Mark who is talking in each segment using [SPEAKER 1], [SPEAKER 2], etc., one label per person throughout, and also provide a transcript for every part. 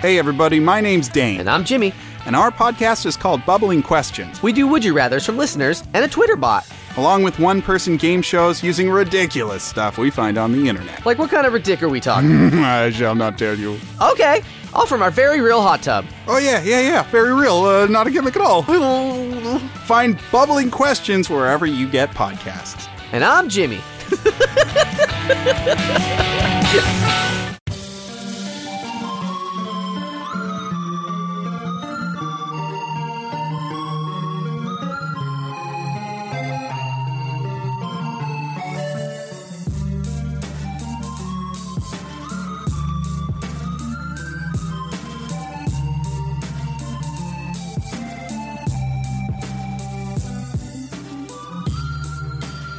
[SPEAKER 1] Hey, everybody, my name's Dane,
[SPEAKER 2] And I'm Jimmy.
[SPEAKER 1] and our podcast is called Bubbling Questions,
[SPEAKER 2] We do Would You Rathers from listeners and a Twitter bot.
[SPEAKER 1] along with one person game shows using ridiculous stuff we find on the internet.
[SPEAKER 2] Like, what kind of a dick are we talking?
[SPEAKER 1] I shall not tell you.
[SPEAKER 2] okay, all from our very real hot tub.
[SPEAKER 1] Oh, yeah, yeah, yeah, very real, uh, not a gimmick at all. find Bubbling Questions wherever you get podcasts.
[SPEAKER 2] And I'm Jimmy.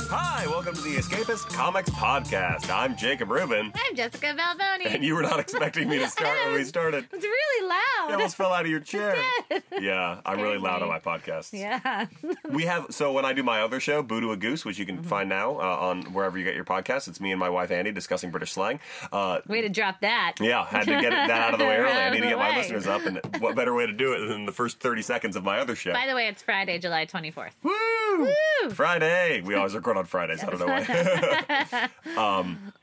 [SPEAKER 3] Hi, welcome to the Escapist Comics Podcast. I'm Jacob Rubin,
[SPEAKER 4] I'm Jessica Balboni.
[SPEAKER 3] and you were not expecting me to start when we started.
[SPEAKER 4] It's really
[SPEAKER 3] You
[SPEAKER 4] loud.
[SPEAKER 3] almost fell out of your chair. Yeah, I'm really loud on my podcast.
[SPEAKER 4] Yeah.
[SPEAKER 3] We have, so when I do my other show, Boo to a Goose, which you
[SPEAKER 4] Mm-hmm.
[SPEAKER 3] can find now uh, on wherever you get your podcast, it's me and my wife, Andy, discussing British slang. Uh,
[SPEAKER 4] Way to drop that.
[SPEAKER 3] yeah, had to get it- that out of the way early. I
[SPEAKER 4] Out
[SPEAKER 3] need to
[SPEAKER 4] of
[SPEAKER 3] get
[SPEAKER 4] the
[SPEAKER 3] my
[SPEAKER 4] way.
[SPEAKER 3] listeners up, and what better way to do it than the first 30 seconds of my other show?
[SPEAKER 4] By the way, it's Friday, July 24th.
[SPEAKER 1] Hmm.
[SPEAKER 3] Woo! Friday. We always record on Fridays. I don't know why. um,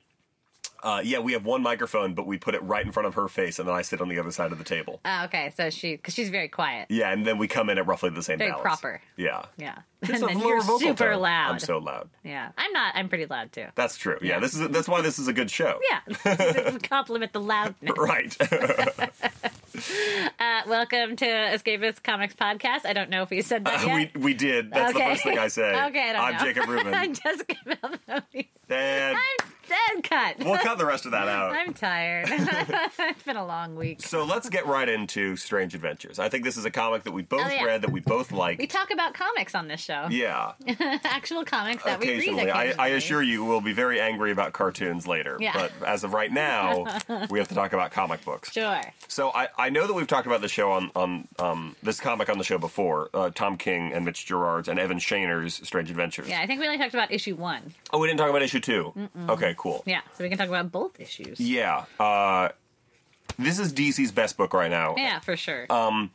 [SPEAKER 3] uh, yeah, we have one microphone, but we put it right in front of her face, and then I sit on the other side of the table.
[SPEAKER 4] Oh, okay, so she, because she's very quiet.
[SPEAKER 3] Yeah, and then we come in at roughly the same
[SPEAKER 4] Very
[SPEAKER 3] balance.
[SPEAKER 4] proper.
[SPEAKER 3] Yeah.
[SPEAKER 4] Yeah.
[SPEAKER 3] Just
[SPEAKER 4] and
[SPEAKER 3] a
[SPEAKER 4] then
[SPEAKER 3] lower
[SPEAKER 4] you're
[SPEAKER 3] vocal
[SPEAKER 4] super
[SPEAKER 3] tone.
[SPEAKER 4] loud.
[SPEAKER 3] I'm so loud.
[SPEAKER 4] yeah. I'm not, I'm pretty loud too.
[SPEAKER 3] That's true. Yeah, this is that's why this is a good show.
[SPEAKER 4] Yeah. Compliment the loudness.
[SPEAKER 3] Right.
[SPEAKER 4] Uh, welcome to Escapist Comics Podcast. I don't know if we said that yet.
[SPEAKER 3] we we did. That's the
[SPEAKER 4] Okay.
[SPEAKER 3] first thing I say.
[SPEAKER 4] Okay, I don't
[SPEAKER 3] am
[SPEAKER 4] know.
[SPEAKER 3] Jacob
[SPEAKER 4] I'm
[SPEAKER 3] Rubin.
[SPEAKER 4] Jessica Balboni.
[SPEAKER 3] and
[SPEAKER 4] I'm dead cut.
[SPEAKER 3] we'll cut the rest of that out.
[SPEAKER 4] I'm tired. it's been a long week.
[SPEAKER 3] so let's get right into Strange Adventures. I think this is a comic that we both
[SPEAKER 4] Oh, yeah.
[SPEAKER 3] read, that we both like.
[SPEAKER 4] We talk about comics on this show.
[SPEAKER 3] yeah.
[SPEAKER 4] Actual comics that we read
[SPEAKER 3] occasionally.
[SPEAKER 4] occasionally.
[SPEAKER 3] I, I assure you, we'll be very angry about cartoons later.
[SPEAKER 4] Yeah.
[SPEAKER 3] But as of right now, we have to talk about comic books.
[SPEAKER 4] Sure.
[SPEAKER 3] So I, I know that we've talked about the show on on um, this comic on the show before. Uh, Tom King and Mitch Gerard's and Evan Shaner's Strange Adventures.
[SPEAKER 4] Yeah, I think we only talked about issue one.
[SPEAKER 3] Oh, we didn't talk about issue 2 Okay, cool.
[SPEAKER 4] Yeah, so we can talk about both issues. Yeah,
[SPEAKER 3] Yeah. Uh, this is DC's best book right now.
[SPEAKER 4] for sure.
[SPEAKER 3] Um,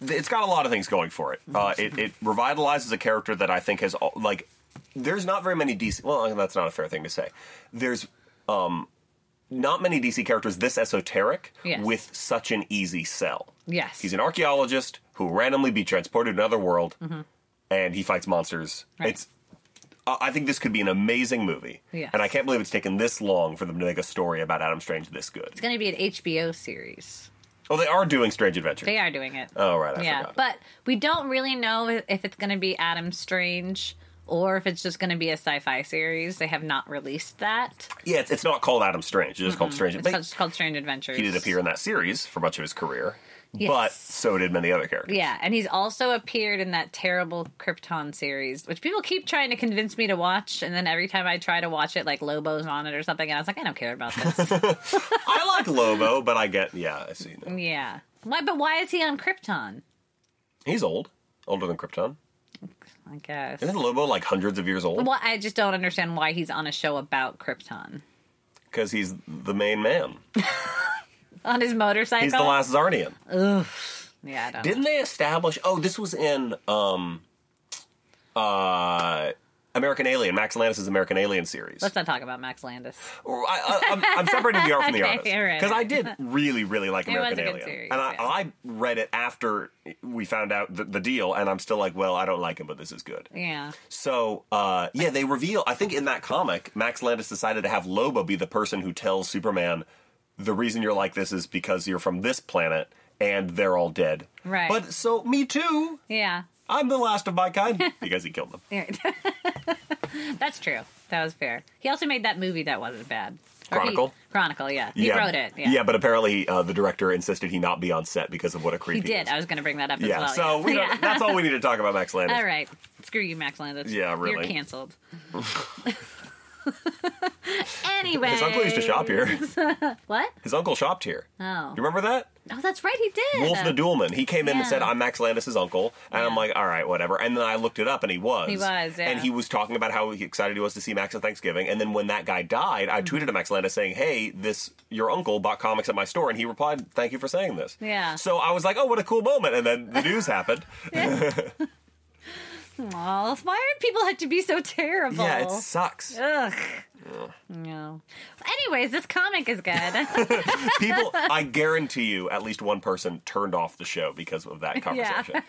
[SPEAKER 3] it's got a lot of things going for it. Uh, it, it revitalizes a character that I think has al- like. There's not very many DC. Well, that's not a fair thing to say. There's um, not many DC characters this esoteric
[SPEAKER 4] Yes.
[SPEAKER 3] with such an easy sell.
[SPEAKER 4] yes.
[SPEAKER 3] He's an archaeologist who will randomly be transported to another world, and he fights monsters.
[SPEAKER 4] Mm-hmm. Right.
[SPEAKER 3] It's. I I think this could be an amazing movie,
[SPEAKER 4] Yes.
[SPEAKER 3] and I can't believe it's taken this long for them to make a story about Adam Strange this good.
[SPEAKER 4] it's going to be an HBO series.
[SPEAKER 3] Oh, they are doing Strange Adventures.
[SPEAKER 4] They are doing it.
[SPEAKER 3] Oh, right, I
[SPEAKER 4] yeah,
[SPEAKER 3] forgot.
[SPEAKER 4] but we don't really know if it's going to be Adam Strange or if it's just going to be a sci-fi series. They have not released that.
[SPEAKER 3] yeah, it's, it's not called Adam Strange. It's just called Strange.
[SPEAKER 4] It's
[SPEAKER 3] they-
[SPEAKER 4] called, it's called Strange Adventures.
[SPEAKER 3] he did appear in that series for much of his career,
[SPEAKER 4] Yes.
[SPEAKER 3] but so did many other characters.
[SPEAKER 4] Yeah, and he's also appeared in that terrible Krypton series, which people keep trying to convince me to watch, and then every time I try to watch it, like Lobo's on it or something, and I was like, I don't care about this.
[SPEAKER 3] I like Lobo, but I get yeah, I see. No.
[SPEAKER 4] yeah. Why but why is he on Krypton?
[SPEAKER 3] He's old, older than Krypton.
[SPEAKER 4] I guess.
[SPEAKER 3] Isn't Lobo like hundreds of years old?
[SPEAKER 4] Well, I just don't understand why he's on a show about Krypton.
[SPEAKER 3] Because he's the main man.
[SPEAKER 4] On his motorcycle?
[SPEAKER 3] He's the last Zarnian.
[SPEAKER 4] Yeah, I don't
[SPEAKER 3] Didn't they establish? Oh, this was in um, uh, American Alien, Max Landis' American Alien series.
[SPEAKER 4] Let's not talk about Max Landis.
[SPEAKER 3] Or I, I, I'm, I'm separating the art from the
[SPEAKER 4] Okay,
[SPEAKER 3] artist
[SPEAKER 4] all right.
[SPEAKER 3] because I did really, really like
[SPEAKER 4] It was a
[SPEAKER 3] American
[SPEAKER 4] good
[SPEAKER 3] Alien,
[SPEAKER 4] series,
[SPEAKER 3] and I,
[SPEAKER 4] yeah.
[SPEAKER 3] I read it after we found out the, the deal, and I'm still like, well, I don't like him, but this is good.
[SPEAKER 4] Yeah.
[SPEAKER 3] So, uh, yeah, they reveal. I think in that comic, Max Landis decided to have Lobo be the person who tells Superman the reason you're like this is because you're from this planet, and they're all dead.
[SPEAKER 4] Right.
[SPEAKER 3] But so me too.
[SPEAKER 4] Yeah.
[SPEAKER 3] I'm the last of my kind because he killed them.
[SPEAKER 4] Yeah. That's true. That was fair. He also made that movie that wasn't bad. Or he-
[SPEAKER 3] Chronicle?
[SPEAKER 4] Chronicle, yeah. He wrote it. Yeah.
[SPEAKER 3] but apparently uh, the director insisted he not be on set because of what a creep
[SPEAKER 4] He
[SPEAKER 3] he,
[SPEAKER 4] did.
[SPEAKER 3] is.
[SPEAKER 4] I was going to bring that up as
[SPEAKER 3] yeah,
[SPEAKER 4] well.
[SPEAKER 3] so
[SPEAKER 4] yeah.
[SPEAKER 3] we
[SPEAKER 4] Yeah.
[SPEAKER 3] don't, that's all we need to talk about Max Landis.
[SPEAKER 4] All right. Screw you, Max Landis.
[SPEAKER 3] Yeah,
[SPEAKER 4] You're
[SPEAKER 3] really.
[SPEAKER 4] canceled. anyway.
[SPEAKER 3] His uncle used to shop here.
[SPEAKER 4] What?
[SPEAKER 3] His uncle shopped here.
[SPEAKER 4] Oh.
[SPEAKER 3] You remember that?
[SPEAKER 4] Oh, that's right, he did.
[SPEAKER 3] Wolf the Duelman. He came in and said,
[SPEAKER 4] Yeah.
[SPEAKER 3] "I'm Max Landis' uncle," and I'm
[SPEAKER 4] Yeah.
[SPEAKER 3] like, "All right, whatever." And then I looked it up, and he was.
[SPEAKER 4] He was, yeah.
[SPEAKER 3] And he was talking about how excited he was to see Max at Thanksgiving. And then when that guy died,
[SPEAKER 4] Mm.
[SPEAKER 3] I tweeted to Max Landis saying, "Hey, this your uncle bought comics at my store," and he replied, "Thank you for saying this."
[SPEAKER 4] Yeah.
[SPEAKER 3] So I was like, "Oh, what a cool moment!" And then the news happened.
[SPEAKER 4] Aw, why are people had to be so terrible?
[SPEAKER 3] Yeah, it sucks.
[SPEAKER 4] Ugh. No. Anyways, this comic is good.
[SPEAKER 3] People, I guarantee you, at least one person turned off the show because of that conversation.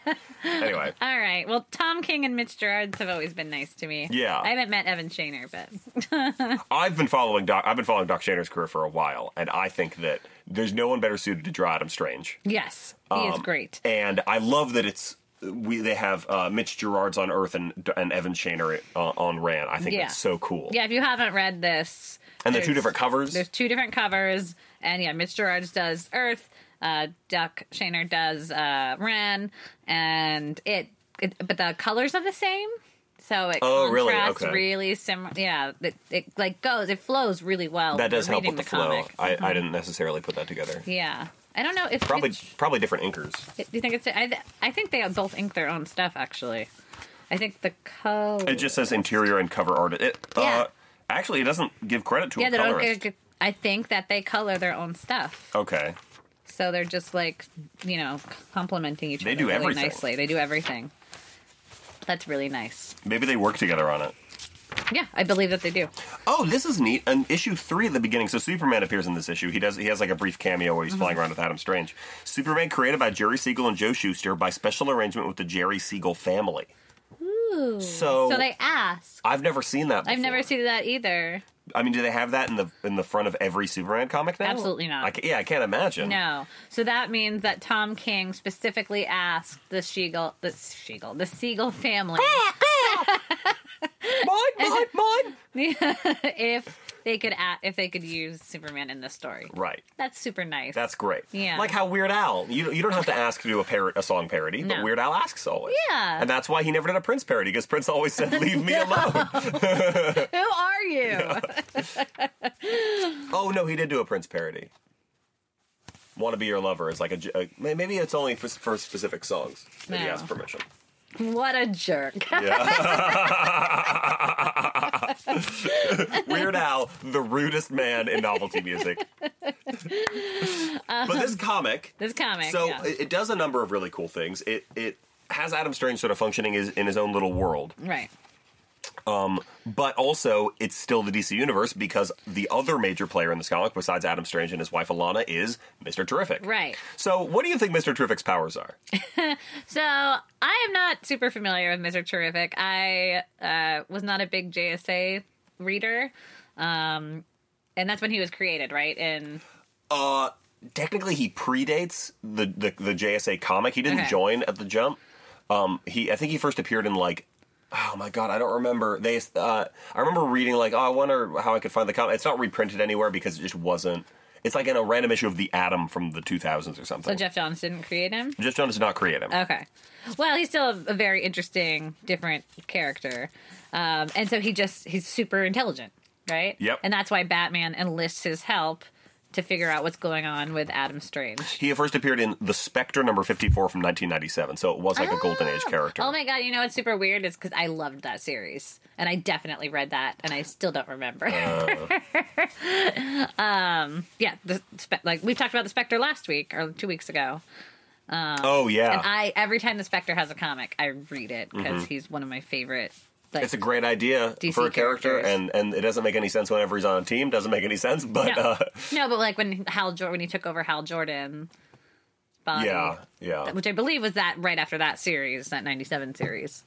[SPEAKER 3] Anyway.
[SPEAKER 4] All right. Well, Tom King and Mitch Gerards have always been nice to me.
[SPEAKER 3] Yeah.
[SPEAKER 4] I haven't met Evan Shaner, but
[SPEAKER 3] I've been following Doc. I've been following Doc Shaner's career for a while, and I think that there's no one better suited to draw Adam Strange.
[SPEAKER 4] yes, he is
[SPEAKER 3] Um,
[SPEAKER 4] great.
[SPEAKER 3] And I love that it's we they have uh, Mitch Gerards on Earth and and Evan Shaner uh, on Ran. I think
[SPEAKER 4] Yeah.
[SPEAKER 3] that's so cool.
[SPEAKER 4] Yeah, if you haven't read this,
[SPEAKER 3] And they're two
[SPEAKER 4] there's-
[SPEAKER 3] different covers.
[SPEAKER 4] There's two different covers, and yeah, Mitch Gerards does Earth, uh, Duck Shaner does uh, Ren, and it, it. But the colors are the same, so it
[SPEAKER 3] Oh, really?
[SPEAKER 4] contrasts
[SPEAKER 3] Okay.
[SPEAKER 4] really similar. Yeah, it, it like goes, it flows really well.
[SPEAKER 3] That
[SPEAKER 4] when
[SPEAKER 3] does
[SPEAKER 4] you're
[SPEAKER 3] help with
[SPEAKER 4] reading
[SPEAKER 3] the, flow.
[SPEAKER 4] comic. Mm-hmm.
[SPEAKER 3] I, I didn't necessarily put that together.
[SPEAKER 4] Yeah, I don't know if
[SPEAKER 3] Probably
[SPEAKER 4] Mitch-
[SPEAKER 3] probably different inkers.
[SPEAKER 4] do you think it's? I, I think they both ink their own stuff. Actually, I think the color.
[SPEAKER 3] It just says interior and cover artist. It,
[SPEAKER 4] Yeah.
[SPEAKER 3] uh, actually, it doesn't give credit to
[SPEAKER 4] yeah,
[SPEAKER 3] a
[SPEAKER 4] they don't.
[SPEAKER 3] colorist.
[SPEAKER 4] I think that they color their own stuff.
[SPEAKER 3] okay.
[SPEAKER 4] So they're just like, you know, complimenting each
[SPEAKER 3] They
[SPEAKER 4] other
[SPEAKER 3] do
[SPEAKER 4] really
[SPEAKER 3] everything.
[SPEAKER 4] nicely. They do everything. That's really nice.
[SPEAKER 3] Maybe they work together on it.
[SPEAKER 4] Yeah, I believe that they do.
[SPEAKER 3] Oh, this is neat. And issue three at the beginning. So Superman appears in this issue. He does. He has like a brief cameo where he's
[SPEAKER 4] Mm-hmm.
[SPEAKER 3] flying around with Adam Strange. Superman created by Jerry Siegel and Joe Shuster by special arrangement with the Jerry Siegel family. Ooh. So,
[SPEAKER 4] So they ask.
[SPEAKER 3] I've never seen that. Before.
[SPEAKER 4] I've never seen that either.
[SPEAKER 3] I mean, do they have that in the in the front of every Superman comic now?
[SPEAKER 4] Absolutely not.
[SPEAKER 3] I ca- yeah, I can't imagine.
[SPEAKER 4] No. So that means that Tom King specifically asked the Sheagle, the Sheagle, the Siegel family
[SPEAKER 3] Mine, mine, mine.
[SPEAKER 4] if they could a- if they could use Superman in this story.
[SPEAKER 3] Right.
[SPEAKER 4] That's super nice.
[SPEAKER 3] That's great.
[SPEAKER 4] Yeah.
[SPEAKER 3] Like how Weird Al, you, you don't have to ask to do a parrot a song parody, but
[SPEAKER 4] No.
[SPEAKER 3] Weird Al asks always.
[SPEAKER 4] Yeah.
[SPEAKER 3] And that's why he never did a Prince parody because Prince always said, "Leave me alone."
[SPEAKER 4] Who are you?
[SPEAKER 3] Oh no, he did do a Prince parody. "Want to Be Your Lover" is like a, j- a- may- maybe it's only for, for specific songs that he
[SPEAKER 4] No.
[SPEAKER 3] asked permission.
[SPEAKER 4] What a jerk.
[SPEAKER 3] Weird Al, the rudest man in novelty music. but this comic,
[SPEAKER 4] Uh-huh. This comic.
[SPEAKER 3] so
[SPEAKER 4] yeah.
[SPEAKER 3] it, it does a number of really cool things. It it has Adam Strange sort of functioning is, in his own little world,
[SPEAKER 4] right.
[SPEAKER 3] but also it's still the DC universe because the other major player in this comic, besides Adam Strange and his wife Alana, is Mister Terrific.
[SPEAKER 4] Right.
[SPEAKER 3] So, what do you think Mister Terrific's powers are?
[SPEAKER 4] So I am not super familiar with Mr. Terrific. I uh, was not a big JSA reader, um, and that's when he was created, right? And
[SPEAKER 3] Uh, technically, he predates the the, the JSA comic. He didn't
[SPEAKER 4] Okay.
[SPEAKER 3] join at the jump. Um, he I think he first appeared in like. Oh my god, I don't remember. They, uh, I remember reading like, oh, I wonder how I could find the comic. It's not reprinted anywhere because it just wasn't. It's like in a random issue of the Atom from the 2000s or something.
[SPEAKER 4] so Jeff Johns didn't create him.
[SPEAKER 3] Jeff John did not create him.
[SPEAKER 4] Okay, well he's still a, a very interesting, different character, um, and so he just he's super intelligent, right?
[SPEAKER 3] Yep.
[SPEAKER 4] And that's why Batman enlists his help to figure out what's going on with Adam Strange.
[SPEAKER 3] he first appeared in the Spectre number 54 from 1997, so it was like a golden age character.
[SPEAKER 4] Oh my god, you know what's super weird is because I loved that series and I definitely read that and I still don't remember.
[SPEAKER 3] Uh.
[SPEAKER 4] um, yeah, the spe- like we talked about the Spectre last week or two weeks ago.
[SPEAKER 3] oh yeah,
[SPEAKER 4] And I every time the Spectre has a comic, I read it because he's one of my favorite. Like,
[SPEAKER 3] Mm-hmm. it's a great idea
[SPEAKER 4] DC
[SPEAKER 3] for a character,
[SPEAKER 4] characters.
[SPEAKER 3] and and it doesn't make any sense whenever he's on a team. Doesn't make any sense, but
[SPEAKER 4] no,
[SPEAKER 3] uh,
[SPEAKER 4] no, but like when Hal Jordan when he took over Hal Jordan, body,
[SPEAKER 3] yeah, yeah.
[SPEAKER 4] which I believe was that right after that series, that '97 series.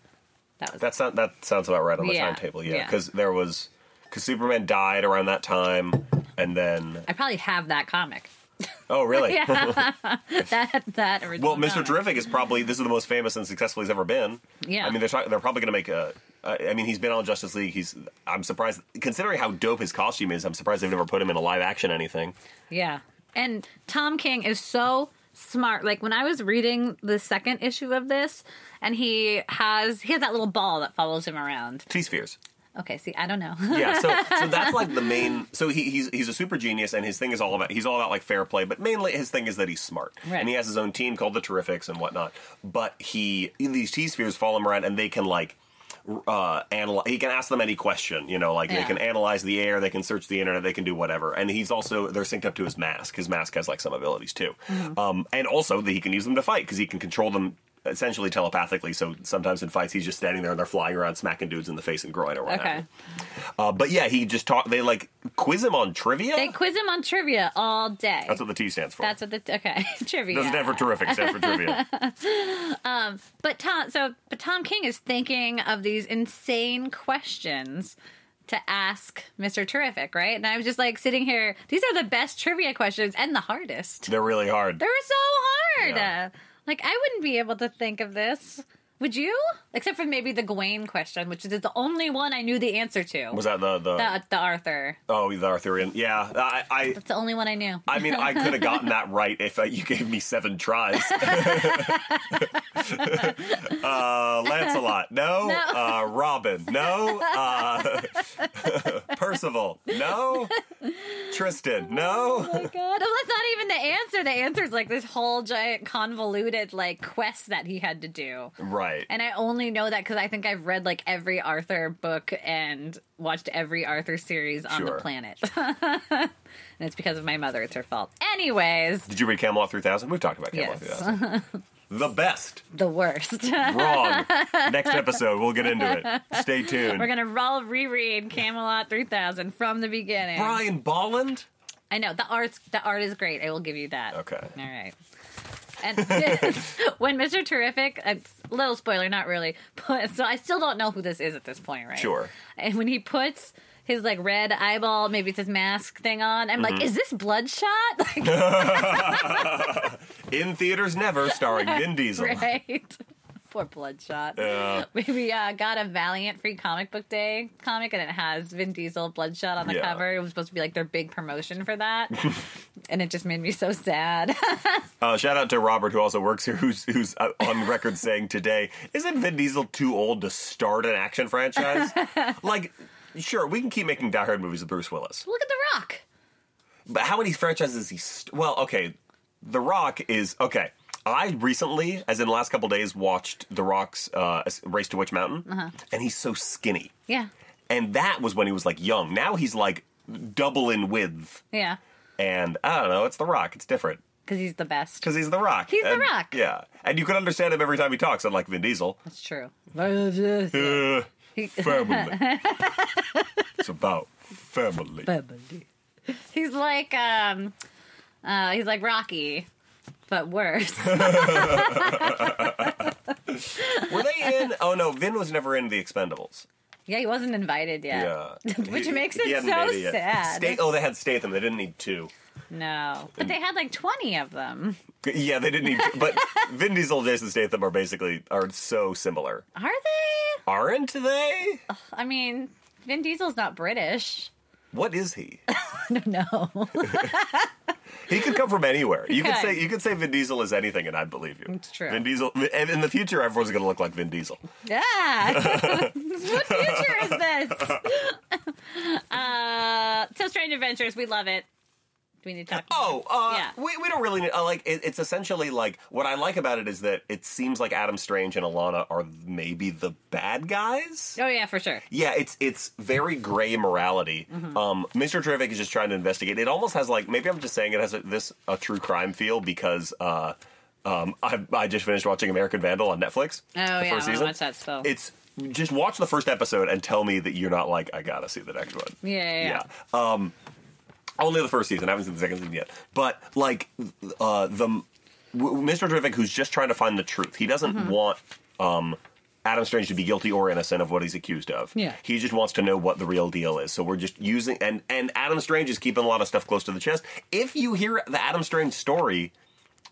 [SPEAKER 4] That was
[SPEAKER 3] That sound, that sounds about right on the
[SPEAKER 4] Yeah,
[SPEAKER 3] timetable. Yeah,
[SPEAKER 4] yeah.
[SPEAKER 3] because there was because Superman died around that time, and then
[SPEAKER 4] I probably have that comic.
[SPEAKER 3] oh really?
[SPEAKER 4] Yeah, Oh, that that original.
[SPEAKER 3] Well, Mr.
[SPEAKER 4] comic.
[SPEAKER 3] Terrific is probably this is the most famous and successful he's ever been.
[SPEAKER 4] Yeah.
[SPEAKER 3] I mean they're talk- they're probably going to make a. Uh, I mean he's been on Justice League. He's I'm surprised considering how dope his costume is. I'm surprised they've never put him in a live action anything.
[SPEAKER 4] Yeah, and Tom King is so smart. Like when I was reading the second issue of this, and he has he has that little ball that follows him around.
[SPEAKER 3] T Spheres.
[SPEAKER 4] Okay, see, I don't know.
[SPEAKER 3] yeah, so so that's like the main. So he, he's he's a super genius, and his thing is all about he's all about like fair play, but mainly his thing is that he's smart,
[SPEAKER 4] Right.
[SPEAKER 3] and he has his own team called the Terrifics and whatnot. But he these T spheres follow him around, and they can like r- uh analyze he can ask them any question you know like they
[SPEAKER 4] Yeah.
[SPEAKER 3] can analyze the air they can search the internet they can do whatever and he's also they're synced up to his mask his mask has like some abilities too
[SPEAKER 4] Mm-hmm.
[SPEAKER 3] um and also that he can use them to fight because he can control them essentially telepathically so sometimes in fights he's just standing there and they're flying around smacking dudes in the face and groin or whatever
[SPEAKER 4] Okay.
[SPEAKER 3] uh, but yeah, he just talk. They like quiz him on trivia.
[SPEAKER 4] They quiz him on trivia all day.
[SPEAKER 3] That's what the T stands for.
[SPEAKER 4] That's what the okay trivia.
[SPEAKER 3] Doesn't stand for terrific. it Stands for trivia.
[SPEAKER 4] But Tom, so but Tom King is thinking of these insane questions to ask Mr. Terrific, right? And I was just like sitting here. These are the best trivia questions and the hardest.
[SPEAKER 3] They're really hard.
[SPEAKER 4] They were so hard.
[SPEAKER 3] Yeah.
[SPEAKER 4] Uh, Like I wouldn't be able to think of this. Would you? Except for maybe the Gawain question, which is the only one I knew the answer to.
[SPEAKER 3] Was that the the,
[SPEAKER 4] the, the Arthur.
[SPEAKER 3] oh the Arthurian? Yeah, I I,
[SPEAKER 4] It's the only one I knew.
[SPEAKER 3] I mean I could have gotten that right if uh, you gave me seven tries. uh, Lancelot, no. Uh, Robin, no. Uh, Percival, no. Tristan, no.
[SPEAKER 4] Oh my god. Well, that's not even the answer. The answer is like this whole giant convoluted like quest that he had to do.
[SPEAKER 3] Right.
[SPEAKER 4] And I only know that because I think I've read like every Arthur book and watched every Arthur series on
[SPEAKER 3] Sure.
[SPEAKER 4] the planet. and it's because of my mother. It's her fault. Anyways,
[SPEAKER 3] Did you read Camelot 3000? We've talked about Camelot
[SPEAKER 4] Yes.
[SPEAKER 3] 3000. The best.
[SPEAKER 4] the worst.
[SPEAKER 3] Wrong. Next episode, we'll get into it. Stay tuned.
[SPEAKER 4] We're gonna all reread Camelot 3000 from the beginning.
[SPEAKER 3] Brian Bolland?
[SPEAKER 4] I know the art's the art is great. I will give you that.
[SPEAKER 3] Okay.
[SPEAKER 4] All right. And when Mr. Terrific, a little spoiler, not really, but so I still don't know who this is at this point, right?
[SPEAKER 3] Sure.
[SPEAKER 4] And when he puts his like red eyeball, maybe it's his mask thing on, I'm
[SPEAKER 3] Mm-hmm.
[SPEAKER 4] like, is this Bloodshot? Like,
[SPEAKER 3] In Theaters Never, starring Vin Diesel.
[SPEAKER 4] right. Poor Bloodshot.
[SPEAKER 3] Yeah.
[SPEAKER 4] We uh, got a Valiant free comic book day comic, and it has Vin Diesel Bloodshot on the
[SPEAKER 3] Yeah.
[SPEAKER 4] cover. It was supposed to be like their big promotion for that, and it just made me so sad.
[SPEAKER 3] Uh, shout out to Robert, who also works here, who's, who's uh, on record saying today, isn't Vin Diesel too old to start an action franchise? like, sure, we can keep making Die Hard movies with Bruce Willis.
[SPEAKER 4] Look at The Rock.
[SPEAKER 3] But how many franchises is he? St- well, okay, The Rock is okay. I recently, as in the last couple days, watched The Rock's uh, Race to Witch Mountain,
[SPEAKER 4] Uh-huh.
[SPEAKER 3] and he's so skinny.
[SPEAKER 4] Yeah.
[SPEAKER 3] And that was when he was like young. Now he's like double in width,
[SPEAKER 4] Yeah.
[SPEAKER 3] and I don't know. It's The Rock. It's different
[SPEAKER 4] Because he's the best.
[SPEAKER 3] because he's The Rock.
[SPEAKER 4] He's The
[SPEAKER 3] And-
[SPEAKER 4] Rock.
[SPEAKER 3] Yeah, and you can understand him every time he talks, unlike Vin Diesel.
[SPEAKER 4] That's true.
[SPEAKER 3] Uh,
[SPEAKER 4] He-
[SPEAKER 3] family. it's about family.
[SPEAKER 4] He's like um uh he's like Rocky, but worse.
[SPEAKER 3] Were they in? Oh no, Vin was never in The Expendables.
[SPEAKER 4] yeah, he wasn't invited yet.
[SPEAKER 3] Yeah.
[SPEAKER 4] Which
[SPEAKER 3] He-
[SPEAKER 4] makes
[SPEAKER 3] he
[SPEAKER 4] it
[SPEAKER 3] hadn't made
[SPEAKER 4] so
[SPEAKER 3] it yet.
[SPEAKER 4] sad.
[SPEAKER 3] Sta- oh, they had Statham. They didn't need two.
[SPEAKER 4] No. But they had like 20 of them.
[SPEAKER 3] Yeah, they didn't need two. But Vin Diesel and Jason Statham are basically are so similar.
[SPEAKER 4] Are they?
[SPEAKER 3] Aren't they?
[SPEAKER 4] I mean, Vin Diesel's not British.
[SPEAKER 3] What is he?
[SPEAKER 4] No.
[SPEAKER 3] He could come from anywhere. You could
[SPEAKER 4] could.
[SPEAKER 3] say you could say Vin Diesel is anything and I'd believe you. It's
[SPEAKER 4] true.
[SPEAKER 3] Vin Diesel and in the future everyone's gonna look like Vin Diesel.
[SPEAKER 4] Yeah. what future is this? uh, so Strange Adventures, we love it. Do we need to talk?
[SPEAKER 3] Oh, uh,
[SPEAKER 4] Yeah.
[SPEAKER 3] we, we don't really need, uh, like. It, it's essentially like what I like about it is that it seems like Adam Strange and Alana are maybe the bad guys.
[SPEAKER 4] Oh yeah, for sure.
[SPEAKER 3] Yeah, it's it's very gray morality.
[SPEAKER 4] Mm-hmm.
[SPEAKER 3] Um, Mr. Terrific is just trying to investigate. It almost has like maybe I'm just saying it has a, this a true crime feel because uh, um, I I just finished watching American Vandal on Netflix.
[SPEAKER 4] Oh yeah, I wanna watch that still.
[SPEAKER 3] It's just watch the first episode and tell me that you're not like I gotta see the next one.
[SPEAKER 4] Yeah, yeah, yeah.
[SPEAKER 3] Um, only the first season. I haven't seen the second season yet. But like uh, the w- Mr. Terrific, who's just trying to find the truth. He doesn't
[SPEAKER 4] Mm-hmm.
[SPEAKER 3] want um, Adam Strange to be guilty or innocent of what he's accused of.
[SPEAKER 4] Yeah.
[SPEAKER 3] He just wants to know what the real deal is. So we're just using and and Adam Strange is keeping a lot of stuff close to the chest. If you hear the Adam Strange story,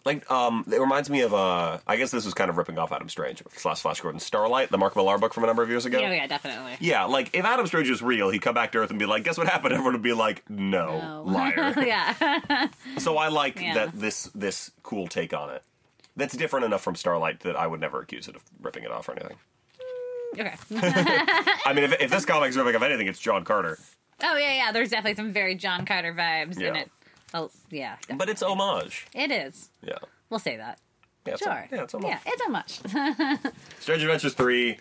[SPEAKER 3] like um, it reminds me of uh, I guess this was kind of ripping off Adam Strange slash Flash Gordon Starlight, the Mark Millar book from a number of years ago.
[SPEAKER 4] Oh, Yeah, yeah, definitely.
[SPEAKER 3] Yeah, like if Adam Strange was real, he'd come back to Earth and be like, "Guess what happened?" Everyone would be like, "No,
[SPEAKER 4] No.
[SPEAKER 3] liar."
[SPEAKER 4] yeah.
[SPEAKER 3] so I like
[SPEAKER 4] Yeah.
[SPEAKER 3] that this this cool take on it. That's different enough from Starlight that I would never accuse it of ripping it off or anything.
[SPEAKER 4] Okay.
[SPEAKER 3] I mean, if, if this comic's ripping of anything, it's John Carter.
[SPEAKER 4] Oh yeah, yeah. There's definitely some very John Carter vibes in
[SPEAKER 3] Yeah.
[SPEAKER 4] it. Oh yeah,
[SPEAKER 3] But it's homage.
[SPEAKER 4] it is.
[SPEAKER 3] Yeah.
[SPEAKER 4] We'll say that.
[SPEAKER 3] Yeah, it's,
[SPEAKER 4] Sure.
[SPEAKER 3] Yeah, it's homage.
[SPEAKER 4] it's much.
[SPEAKER 3] Strange Adventures 3,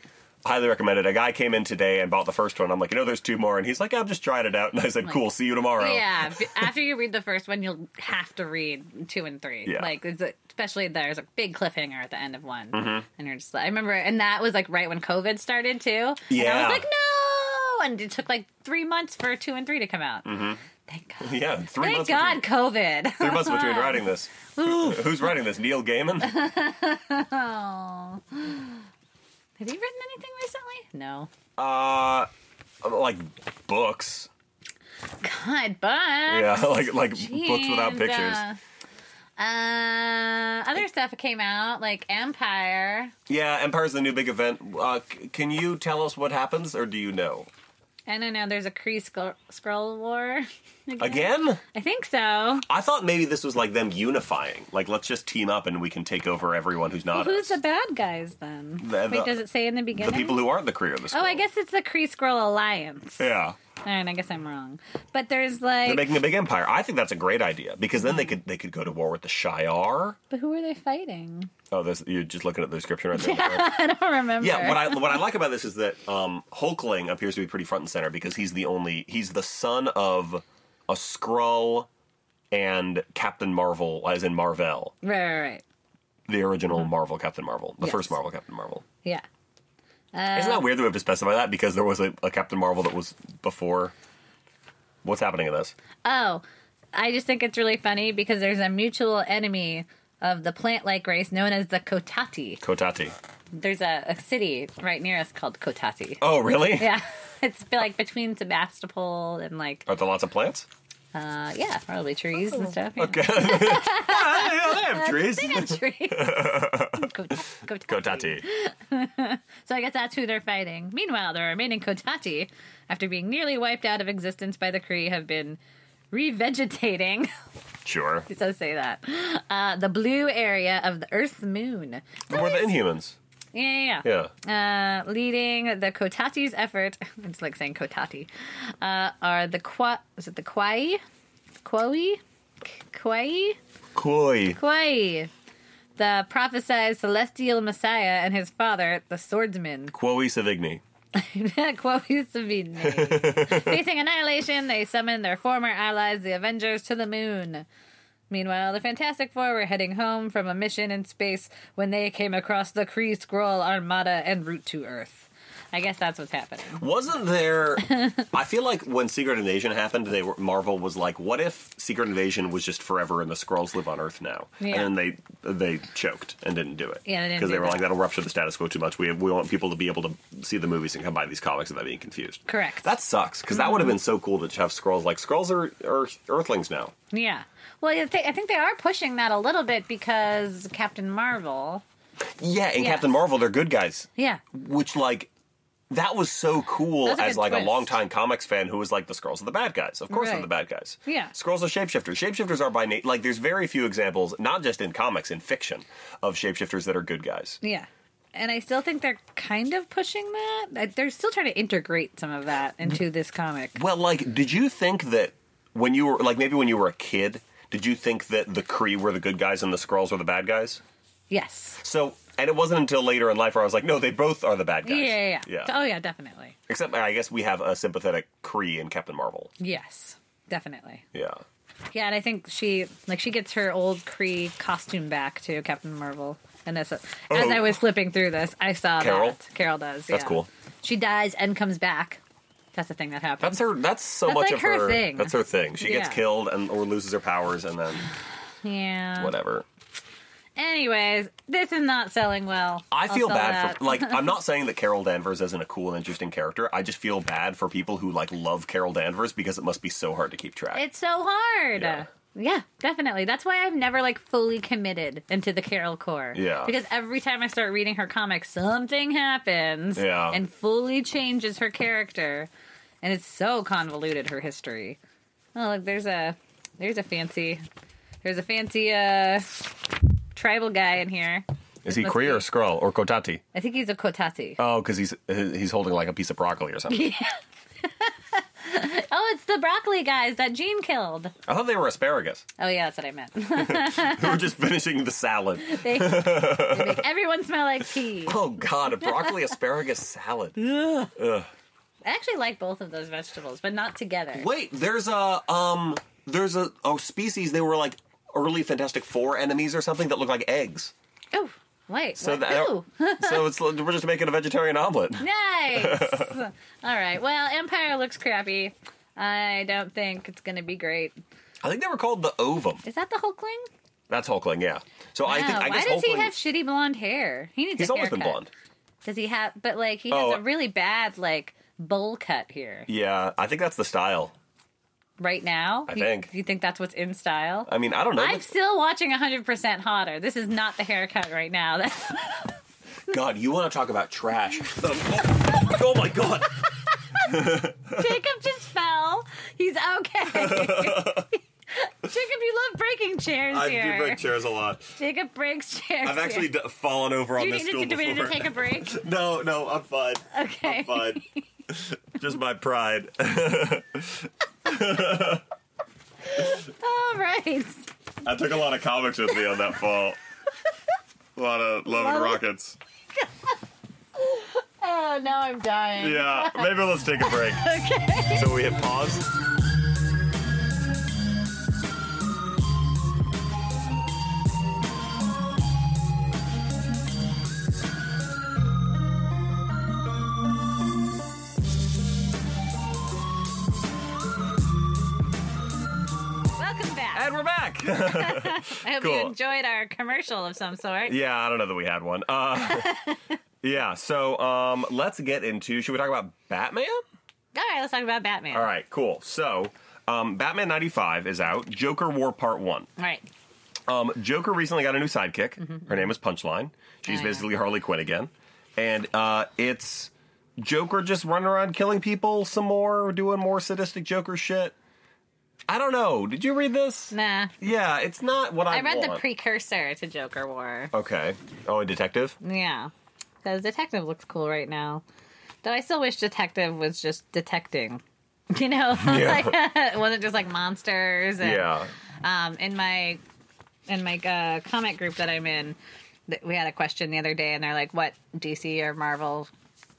[SPEAKER 3] highly recommended. A guy came in today and bought the first one. I'm like, you know, there's two more. And he's like, I've just tried it out. And I said, cool, see you tomorrow.
[SPEAKER 4] yeah. b- After you read the first one, you'll have to read two and three.
[SPEAKER 3] Yeah.
[SPEAKER 4] Like it's a, especially there's a big cliffhanger at the end of one,
[SPEAKER 3] Mm-hmm.
[SPEAKER 4] and you're just. like I remember, and that was like right when COVID started too. And I
[SPEAKER 3] Yeah.
[SPEAKER 4] was like, no, and it took like three months for two and three to come out. Thank God.
[SPEAKER 3] Mm-hmm. Yeah, three
[SPEAKER 4] Thank
[SPEAKER 3] months
[SPEAKER 4] God,
[SPEAKER 3] Between,
[SPEAKER 4] COVID.
[SPEAKER 3] three months between writing this. Who- Who's writing this? Neil Gaiman?
[SPEAKER 4] Oh. Have you written anything recently? No.
[SPEAKER 3] Uh, like books.
[SPEAKER 4] God, but yeah,
[SPEAKER 3] Yeah, like like books without pictures.
[SPEAKER 4] Uh, other stuff came out like Empire,
[SPEAKER 3] Yeah, Empire's the new big event. Uh, c- can you tell us what happens, or do you know?
[SPEAKER 4] and I know there's a Kree Skrull, Skrull War again.
[SPEAKER 3] Again?
[SPEAKER 4] I think so.
[SPEAKER 3] I thought maybe this was like them unifying. Like, let's just team up and we can take over everyone who's not
[SPEAKER 4] Who's the
[SPEAKER 3] us.
[SPEAKER 4] bad guys then?
[SPEAKER 3] The- the-
[SPEAKER 4] Wait, does it say in the beginning?
[SPEAKER 3] the people who aren't the career of the
[SPEAKER 4] oh, I
[SPEAKER 3] Skrull.
[SPEAKER 4] guess it's the Kree Skrull Alliance.
[SPEAKER 3] Yeah.
[SPEAKER 4] All right, I guess I'm wrong, but there's like,
[SPEAKER 3] They're making a big empire. I think that's a great idea because then they
[SPEAKER 4] Mm.
[SPEAKER 3] could they could go to war with the Shi'ar.
[SPEAKER 4] but who are they fighting?
[SPEAKER 3] Oh, this, you're just looking at the description right there.
[SPEAKER 4] I don't remember.
[SPEAKER 3] Yeah, what I what I like about this is that um, Hulkling appears to be pretty front and center because he's the only he's the son of a Skrull and Captain Marvel, as in Marvel,
[SPEAKER 4] right, right, right.
[SPEAKER 3] the original Marvel Captain Marvel, the
[SPEAKER 4] Mm-hmm. Yes. Uh,
[SPEAKER 3] first Marvel Captain Marvel.
[SPEAKER 4] Yeah.
[SPEAKER 3] Isn't that weird that we have to specify that because there was a, a Captain Marvel that was before. What's happening in this?
[SPEAKER 4] Oh, I just think it's really funny because there's a mutual enemy of the plant-like race known as the Kotati.
[SPEAKER 3] Kotati.
[SPEAKER 4] There's a, a city right near us called Kotati.
[SPEAKER 3] Oh, really?
[SPEAKER 4] Yeah, it's be- like between Sebastopol and like
[SPEAKER 3] Are there lots of plants?
[SPEAKER 4] uh, yeah, probably trees and stuff. yeah.
[SPEAKER 3] Okay. yeah, they have trees.
[SPEAKER 4] Trees. Kota- Kotati.
[SPEAKER 3] Kotati.
[SPEAKER 4] So I guess that's who they're fighting. Meanwhile, the remaining Kotati, after being nearly wiped out of existence by the Kree, have been revegetating.
[SPEAKER 3] Sure.
[SPEAKER 4] It does say that. Uh, the blue area of the Earth's moon.
[SPEAKER 3] We're the Inhumans.
[SPEAKER 4] Yeah, yeah, yeah.
[SPEAKER 3] Yeah.
[SPEAKER 4] Uh, leading the Kotati's effort, it's like saying Kotati, uh, are the Kwa. Is it the Kwai? Kwai? Kwai?
[SPEAKER 3] Koi.
[SPEAKER 4] Kwai. The prophesied celestial messiah and his father, the swordsman.
[SPEAKER 3] Koi Savigny.
[SPEAKER 4] Kwai Savine. Facing annihilation, they summon their former allies, the Avengers, to the moon. Meanwhile, the Fantastic Four were heading home from a mission in space when they came across the Kree Skrull Armada en route to Earth. I guess that's what's happening.
[SPEAKER 3] Wasn't there? I feel like when Secret Invasion happened, they were Marvel was like, "What if Secret Invasion was just forever and the Skrulls live on Earth now?"
[SPEAKER 4] Yeah.
[SPEAKER 3] And then they they choked and didn't do it.
[SPEAKER 4] Yeah, they didn't
[SPEAKER 3] because they
[SPEAKER 4] do
[SPEAKER 3] were
[SPEAKER 4] that.
[SPEAKER 3] like, "That'll rupture the status quo too much. We we want people to be able to see the movies and come buy these comics without being confused."
[SPEAKER 4] Correct. Mm-hmm.
[SPEAKER 3] That sucks because that would have been so cool to have Skrulls like Skrulls are, are Earthlings now.
[SPEAKER 4] yeah. Well, I thi- I think they are pushing that a little bit because Captain Marvel.
[SPEAKER 3] Yeah, in
[SPEAKER 4] Yes.
[SPEAKER 3] Captain Marvel, they're good guys.
[SPEAKER 4] Yeah.
[SPEAKER 3] which like that was so cool
[SPEAKER 4] That was a
[SPEAKER 3] as
[SPEAKER 4] good
[SPEAKER 3] like
[SPEAKER 4] twist.
[SPEAKER 3] a longtime comics fan who was like the Skrulls are the bad guys. Of course
[SPEAKER 4] Right.
[SPEAKER 3] they're the bad guys.
[SPEAKER 4] Yeah.
[SPEAKER 3] Skrulls are shapeshifters. Shapeshifters are by nature like there's very few examples, not just in comics, in fiction, of shapeshifters that are good guys.
[SPEAKER 4] Yeah. And I still think they're kind of pushing that. Like, They're still trying to integrate some of that into this comic.
[SPEAKER 3] Well, like, did you think that when you were like maybe when you were a kid, did you think that the Kree were the good guys and the Skrulls were the bad guys?
[SPEAKER 4] Yes.
[SPEAKER 3] So and it wasn't until later in life where I was like, no, they both are the bad guys.
[SPEAKER 4] Yeah, yeah, yeah.
[SPEAKER 3] yeah.
[SPEAKER 4] Oh, yeah, definitely.
[SPEAKER 3] Except I guess we have a sympathetic Kree in Captain Marvel.
[SPEAKER 4] Yes, definitely.
[SPEAKER 3] Yeah.
[SPEAKER 4] Yeah, and I think she like she gets her old Kree costume back to Captain Marvel. And as, as
[SPEAKER 3] Oh.
[SPEAKER 4] I was flipping through this, I saw
[SPEAKER 3] Carol?
[SPEAKER 4] that Carol does.
[SPEAKER 3] That's
[SPEAKER 4] yeah.
[SPEAKER 3] cool.
[SPEAKER 4] She dies and comes back. That's the thing that happens.
[SPEAKER 3] That's her. That's so
[SPEAKER 4] That's
[SPEAKER 3] much
[SPEAKER 4] like
[SPEAKER 3] of
[SPEAKER 4] her
[SPEAKER 3] her,
[SPEAKER 4] thing.
[SPEAKER 3] That's her thing. She gets
[SPEAKER 4] Yeah.
[SPEAKER 3] killed and or loses her powers, and then
[SPEAKER 4] yeah.
[SPEAKER 3] whatever.
[SPEAKER 4] Anyways, this is not selling well.
[SPEAKER 3] I
[SPEAKER 4] I'll
[SPEAKER 3] feel
[SPEAKER 4] sell
[SPEAKER 3] bad
[SPEAKER 4] that.
[SPEAKER 3] for like I'm not saying that Carol Danvers isn't a cool and interesting character. I just feel bad for people who like love Carol Danvers because it must be so hard to keep track.
[SPEAKER 4] It's so hard. Yeah.
[SPEAKER 3] Yeah.
[SPEAKER 4] definitely. That's why I've never like fully committed into the Carol core.
[SPEAKER 3] Yeah.
[SPEAKER 4] Because every time I start reading her comics, something happens.
[SPEAKER 3] Yeah.
[SPEAKER 4] And fully changes her character, and it's so convoluted her history. Oh, look, there's a there's a fancy there's a fancy uh tribal guy in here.
[SPEAKER 3] Is he
[SPEAKER 4] must
[SPEAKER 3] Kree or
[SPEAKER 4] be.
[SPEAKER 3] Skrull or Kotati?
[SPEAKER 4] I think he's a Kotati.
[SPEAKER 3] Oh, because he's he's holding like a piece of broccoli or something.
[SPEAKER 4] Oh, it's the broccoli guys that Gene killed.
[SPEAKER 3] I thought they were asparagus.
[SPEAKER 4] Oh yeah, that's what I meant.
[SPEAKER 3] we're just finishing the salad.
[SPEAKER 4] they, they make everyone smell like tea.
[SPEAKER 3] Oh God, a broccoli asparagus salad.
[SPEAKER 4] I actually like both of those vegetables, but not together.
[SPEAKER 3] Wait, there's a um, there's a oh species. They were like early Fantastic Four enemies or something that look like eggs.
[SPEAKER 4] Oh, wait.
[SPEAKER 3] So
[SPEAKER 4] what?
[SPEAKER 3] that
[SPEAKER 4] Ooh.
[SPEAKER 3] so it's we're just making a vegetarian omelet.
[SPEAKER 4] Nice. All right. Well, Empire looks crappy. I don't think it's going to be great.
[SPEAKER 3] I think they were called the ovum.
[SPEAKER 4] Is that the Hulkling?
[SPEAKER 3] That's Hulkling, yeah. So I think
[SPEAKER 4] Wow,
[SPEAKER 3] I
[SPEAKER 4] Why
[SPEAKER 3] guess
[SPEAKER 4] does
[SPEAKER 3] Hulkling.
[SPEAKER 4] he have shitty blonde hair? He needs
[SPEAKER 3] he's
[SPEAKER 4] a
[SPEAKER 3] always been
[SPEAKER 4] haircut.
[SPEAKER 3] blonde.
[SPEAKER 4] Does he have? But like, he
[SPEAKER 3] Oh.
[SPEAKER 4] has a really bad like bowl cut here
[SPEAKER 3] Yeah, I think that's the style.
[SPEAKER 4] right now.
[SPEAKER 3] I
[SPEAKER 4] you,
[SPEAKER 3] think.
[SPEAKER 4] You think that's what's in style?
[SPEAKER 3] I mean, I don't know.
[SPEAKER 4] I'm still watching 100% hotter. This is not the haircut right now. That's,
[SPEAKER 3] God, you want to talk about trash? oh, oh my God!
[SPEAKER 4] Jacob just fell. He's okay. Jacob, you love breaking chairs
[SPEAKER 5] I
[SPEAKER 4] here.
[SPEAKER 5] do break chairs a lot.
[SPEAKER 4] Jacob breaks chairs.
[SPEAKER 5] I've actually
[SPEAKER 4] here.
[SPEAKER 5] d- fallen over on
[SPEAKER 4] Do you
[SPEAKER 5] this
[SPEAKER 4] need
[SPEAKER 5] stool
[SPEAKER 4] to, do we need
[SPEAKER 5] before. Oh,
[SPEAKER 4] to take a break?
[SPEAKER 5] No, no, I'm fine.
[SPEAKER 4] Okay.
[SPEAKER 5] I'm fine. Just my pride.
[SPEAKER 4] All right.
[SPEAKER 5] I took a lot of comics with me on that fall. A lot of love and rockets.
[SPEAKER 4] Oh, now I'm dying.
[SPEAKER 5] Yeah, maybe let's take a break.
[SPEAKER 4] Okay.
[SPEAKER 5] So we hit pause.
[SPEAKER 4] Welcome back.
[SPEAKER 3] And we're back.
[SPEAKER 4] I hope you
[SPEAKER 3] cool.
[SPEAKER 4] enjoyed our commercial of some sort.
[SPEAKER 3] yeah, I don't know that we had one. Uh, yeah, so um, let's get into. Should we talk about Batman?
[SPEAKER 4] All right, let's talk about Batman.
[SPEAKER 3] All right, cool. So, um, Batman '95 is out. Joker War Part One.
[SPEAKER 4] All right.
[SPEAKER 3] Um, Joker recently got a new sidekick. Her name is Punchline. She's
[SPEAKER 4] Oh, Mm-hmm, yeah.
[SPEAKER 3] basically Harley Quinn again, and uh, it's Joker just running around killing people some more, doing more sadistic Joker shit. I don't know. Did you read this?
[SPEAKER 4] Nah.
[SPEAKER 3] Yeah, it's not what I,
[SPEAKER 4] I read the
[SPEAKER 3] want.
[SPEAKER 4] precursor to Joker War.
[SPEAKER 3] Okay. Oh, a detective.
[SPEAKER 4] Yeah. Because Detective looks cool right now. Though I still wish Detective was just detecting. You know? like, it wasn't just like monsters. And,
[SPEAKER 3] Yeah.
[SPEAKER 4] Um, in my in my uh, comic group that I'm in, th- we had a question the other day, and they're like, "What DC or Marvel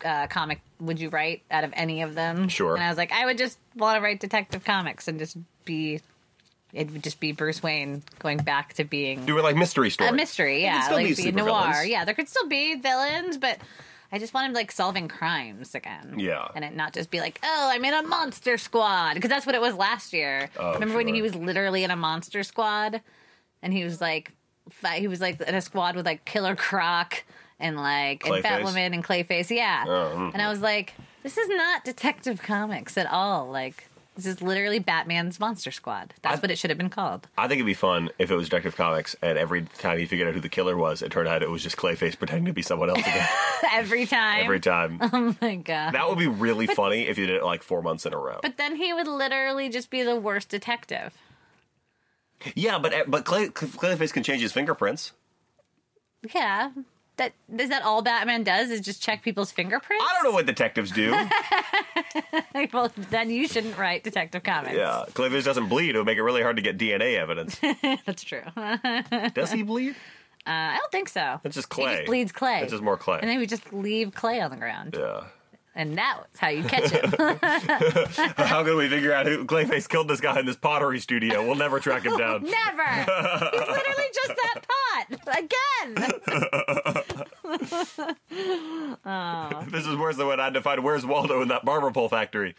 [SPEAKER 4] uh, comic would you write out of any of them?"
[SPEAKER 3] Sure.
[SPEAKER 4] And I was like, "I would just want to write Detective Comics and just be." It would just be Bruce Wayne going back to being
[SPEAKER 3] Do it like mystery story.
[SPEAKER 4] a mystery, yeah,
[SPEAKER 3] still
[SPEAKER 4] like
[SPEAKER 3] be
[SPEAKER 4] noir.
[SPEAKER 3] supervillains.
[SPEAKER 4] Yeah, there could still be villains, but I just want him like solving crimes again.
[SPEAKER 3] Yeah.
[SPEAKER 4] and it not just be like, oh, I'm in a monster squad because that's what it was last year. Remember when
[SPEAKER 3] Oh, sure.
[SPEAKER 4] he was literally in a monster squad, and he was like, fi- he was like in a squad with like Killer Croc and like and Fat
[SPEAKER 3] Clayface? Oh, mm-hmm.
[SPEAKER 4] Woman and Clayface. Yeah, and I was like, this is not Detective Comics at all. Like. This is literally Batman's Monster Squad. That's
[SPEAKER 3] I-
[SPEAKER 4] what it should have been called.
[SPEAKER 3] I think it'd be fun if it was Detective Comics, and every time he figured out who the killer was, it turned out it was just Clayface pretending to be someone else again
[SPEAKER 4] Every time.
[SPEAKER 3] every time.
[SPEAKER 4] oh my god.
[SPEAKER 3] That would be really funny if you did it like four months in a row.
[SPEAKER 4] But then he would literally just be the worst detective.
[SPEAKER 3] yeah, but but Clay, Clayface can change his fingerprints.
[SPEAKER 4] Yeah. That is that all Batman does is just check people's fingerprints?
[SPEAKER 3] I don't know what detectives do.
[SPEAKER 4] Like, well, then you shouldn't write Detective Comics.
[SPEAKER 3] yeah, Clayface doesn't bleed. It would make it really hard to get DNA evidence.
[SPEAKER 4] That's true. Uh,
[SPEAKER 3] Does he bleed?
[SPEAKER 4] I don't think so.
[SPEAKER 3] It's just
[SPEAKER 4] He
[SPEAKER 3] clay.
[SPEAKER 4] just bleeds clay.
[SPEAKER 3] It's just more clay.
[SPEAKER 4] And then we just leave clay on the ground.
[SPEAKER 3] yeah.
[SPEAKER 4] And that's how you catch him.
[SPEAKER 3] How can we figure out who Clayface killed this guy in this pottery studio? We'll never track him down.
[SPEAKER 4] Never. He's literally just that pot. Again.
[SPEAKER 3] This is worse than when I had to find where's Waldo in that barber pole factory.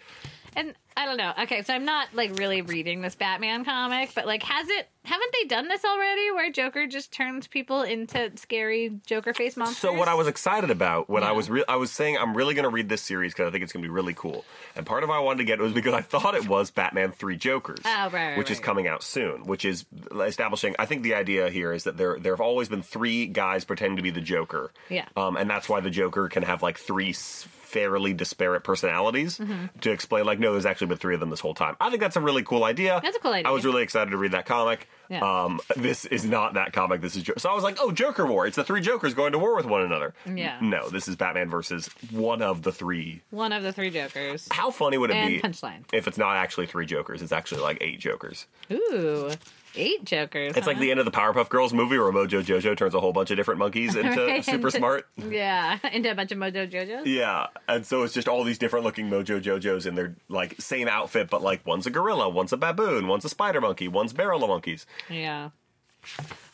[SPEAKER 4] And I don't know. Okay, so I'm not like really reading this Batman comic, but like, has it? Haven't they done this already? Where Joker just turns people into scary Joker face monsters?
[SPEAKER 3] So what I was excited about when I was re- I was saying I'm really going to read this series because I think it's going to be really cool. And part of why I wanted to get it was because I thought it was Batman Three Jokers,
[SPEAKER 4] Oh, right, right,
[SPEAKER 3] which is
[SPEAKER 4] right.
[SPEAKER 3] coming out soon. Which is establishing. I think the idea here is that there there have always been three guys pretending to be the Joker.
[SPEAKER 4] Yeah.
[SPEAKER 3] Um, and
[SPEAKER 4] Mm-hmm.
[SPEAKER 3] that's why the Joker can have like three s- fairly disparate personalities to explain like no, there's actually been three of them this whole time. I think that's a really cool idea.
[SPEAKER 4] That's a cool idea.
[SPEAKER 3] I was really excited to read that comic.
[SPEAKER 4] Yeah.
[SPEAKER 3] Um, this is not that comic. This is jo- so I was like, oh, Joker War. It's the three Jokers going to war with one another.
[SPEAKER 4] Yeah.
[SPEAKER 3] No, this is Batman versus one of the three.
[SPEAKER 4] One of the three Jokers.
[SPEAKER 3] How funny would it
[SPEAKER 4] And
[SPEAKER 3] be
[SPEAKER 4] punchline.
[SPEAKER 3] if it's not actually three Jokers? It's actually like eight Jokers.
[SPEAKER 4] Ooh, eight Jokers.
[SPEAKER 3] It's like the end of the Powerpuff Girls movie where Mojo Jojo turns a whole bunch of different monkeys into
[SPEAKER 4] Right,
[SPEAKER 3] super
[SPEAKER 4] into-
[SPEAKER 3] smart.
[SPEAKER 4] yeah, into a bunch of Mojo Jojos.
[SPEAKER 3] Yeah, and so it's just all these different looking Mojo Jojos in their like same outfit, but like one's a gorilla, one's a baboon, one's a spider monkey, one's barrel of monkeys.
[SPEAKER 4] Yeah.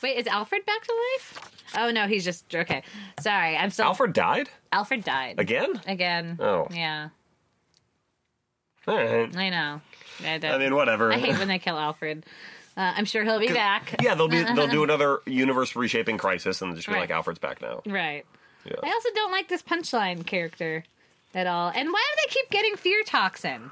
[SPEAKER 4] Wait, is Alfred back to life? Oh no, he's just okay. Sorry, I'm still Alfred,
[SPEAKER 3] Alfred died
[SPEAKER 4] died
[SPEAKER 3] again.
[SPEAKER 4] Again.
[SPEAKER 3] Oh.
[SPEAKER 4] yeah,
[SPEAKER 3] All right.
[SPEAKER 4] I know. I, don't,
[SPEAKER 3] I mean, whatever.
[SPEAKER 4] I hate when they kill Alfred. Uh, I'm sure he'll be back.
[SPEAKER 3] yeah, they'll be they'll do another universe reshaping crisis, and just be
[SPEAKER 4] Right.
[SPEAKER 3] like Alfred's back now.
[SPEAKER 4] Right.
[SPEAKER 3] Yeah.
[SPEAKER 4] I also don't like this punchline character at all. And why do they keep getting fear toxin?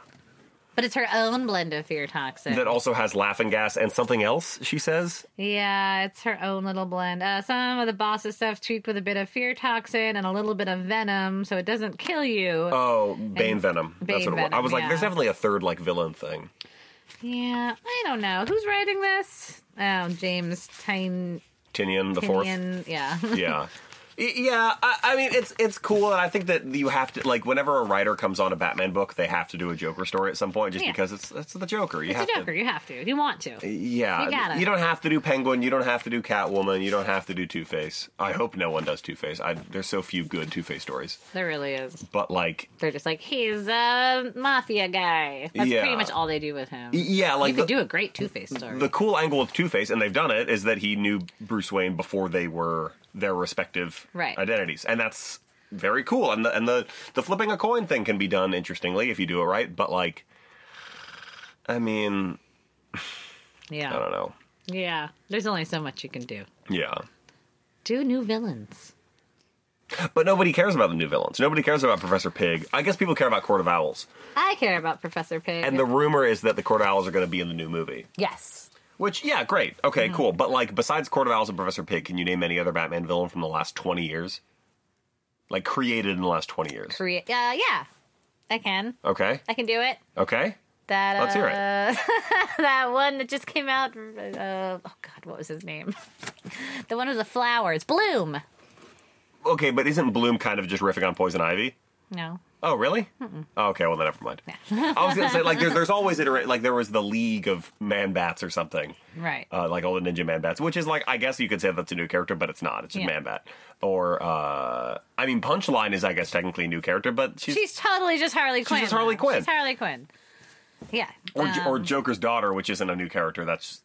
[SPEAKER 4] But it's her own blend of fear toxin.
[SPEAKER 3] That also has laughing gas and something else. She says,
[SPEAKER 4] Yeah, it's her own little blend. Uh, some of the boss's stuff tweaked with a bit of fear toxin and a little bit of venom, so it doesn't kill you.
[SPEAKER 3] "Oh, Bane Venom." That's what
[SPEAKER 4] Bane
[SPEAKER 3] it was. I
[SPEAKER 4] Venom,
[SPEAKER 3] was like,
[SPEAKER 4] yeah.
[SPEAKER 3] "There's definitely a third like villain thing."
[SPEAKER 4] yeah, I don't know who's writing this. Oh, James Tynion.
[SPEAKER 3] Tinian the fourth.
[SPEAKER 4] Yeah,
[SPEAKER 3] yeah. Y- Yeah, I, I mean it's it's cool, and I think that you have to like whenever a writer comes on a Batman book, they have to do a Joker story at some point, just
[SPEAKER 4] Yeah.
[SPEAKER 3] because it's it's the Joker. You
[SPEAKER 4] it's a
[SPEAKER 3] have
[SPEAKER 4] Joker.
[SPEAKER 3] to,
[SPEAKER 4] You have to. You want to.
[SPEAKER 3] yeah.
[SPEAKER 4] You gotta.
[SPEAKER 3] don't have to do Penguin, you don't have to do Catwoman, you don't have to do Two Face. I hope no one does Two Face. I There's so few good Two Face stories,
[SPEAKER 4] There really is.
[SPEAKER 3] but like
[SPEAKER 4] They're just like he's a mafia guy. That's
[SPEAKER 3] Yeah.
[SPEAKER 4] pretty much all they do with him.
[SPEAKER 3] y- yeah,
[SPEAKER 4] you
[SPEAKER 3] like
[SPEAKER 4] could
[SPEAKER 3] the,
[SPEAKER 4] do a great Two Face story.
[SPEAKER 3] the cool angle with Two Face, and they've done it, is that he knew Bruce Wayne before they were their respective
[SPEAKER 4] Right.
[SPEAKER 3] identities, and that's very cool. And the and the the flipping a coin thing can be done interestingly if you do it right. But like, I mean, I
[SPEAKER 4] yeah,
[SPEAKER 3] don't know.
[SPEAKER 4] yeah. There's only so much you can do.
[SPEAKER 3] Yeah,
[SPEAKER 4] Do new villains.
[SPEAKER 3] but nobody cares about the new villains. Nobody cares about Professor Pig. I guess people care about Court of Owls,
[SPEAKER 4] I care about Professor Pig.
[SPEAKER 3] and the rumor is that the Court of Owls are going to be in the new movie.
[SPEAKER 4] yes.
[SPEAKER 3] Which, yeah, great, okay, cool. But like, besides Court of Owls and Professor Pig, can you name any other Batman villain from the last twenty years? Like created in the last twenty years.
[SPEAKER 4] Korea. Uh, yeah, I can.
[SPEAKER 3] Okay.
[SPEAKER 4] I can do it.
[SPEAKER 3] Okay.
[SPEAKER 4] That uh,
[SPEAKER 3] Let's hear it.
[SPEAKER 4] that one that just came out. Uh, oh God, what was his name? the one with the flowers, Bloom.
[SPEAKER 3] Okay, but isn't Bloom kind of just riffing on Poison Ivy?
[SPEAKER 4] No.
[SPEAKER 3] Oh, really? Oh, okay, well then never mind. I was gonna say like there's there's always iterate like there was the League of Man Bats or something.
[SPEAKER 4] Right.
[SPEAKER 3] Uh, like all the Ninja Man Bats, which is like I guess you could say that's a new character, but it's not. It's just
[SPEAKER 4] Yeah.
[SPEAKER 3] Man Bat. Or uh I mean Punchline is I guess technically a new character, but she's,
[SPEAKER 4] she's totally just Harley Quinn.
[SPEAKER 3] just Harley
[SPEAKER 4] though.
[SPEAKER 3] Quinn.
[SPEAKER 4] She's Harley Quinn. Yeah.
[SPEAKER 3] or J
[SPEAKER 4] Um,
[SPEAKER 3] or Joker's daughter, which isn't a new character. That's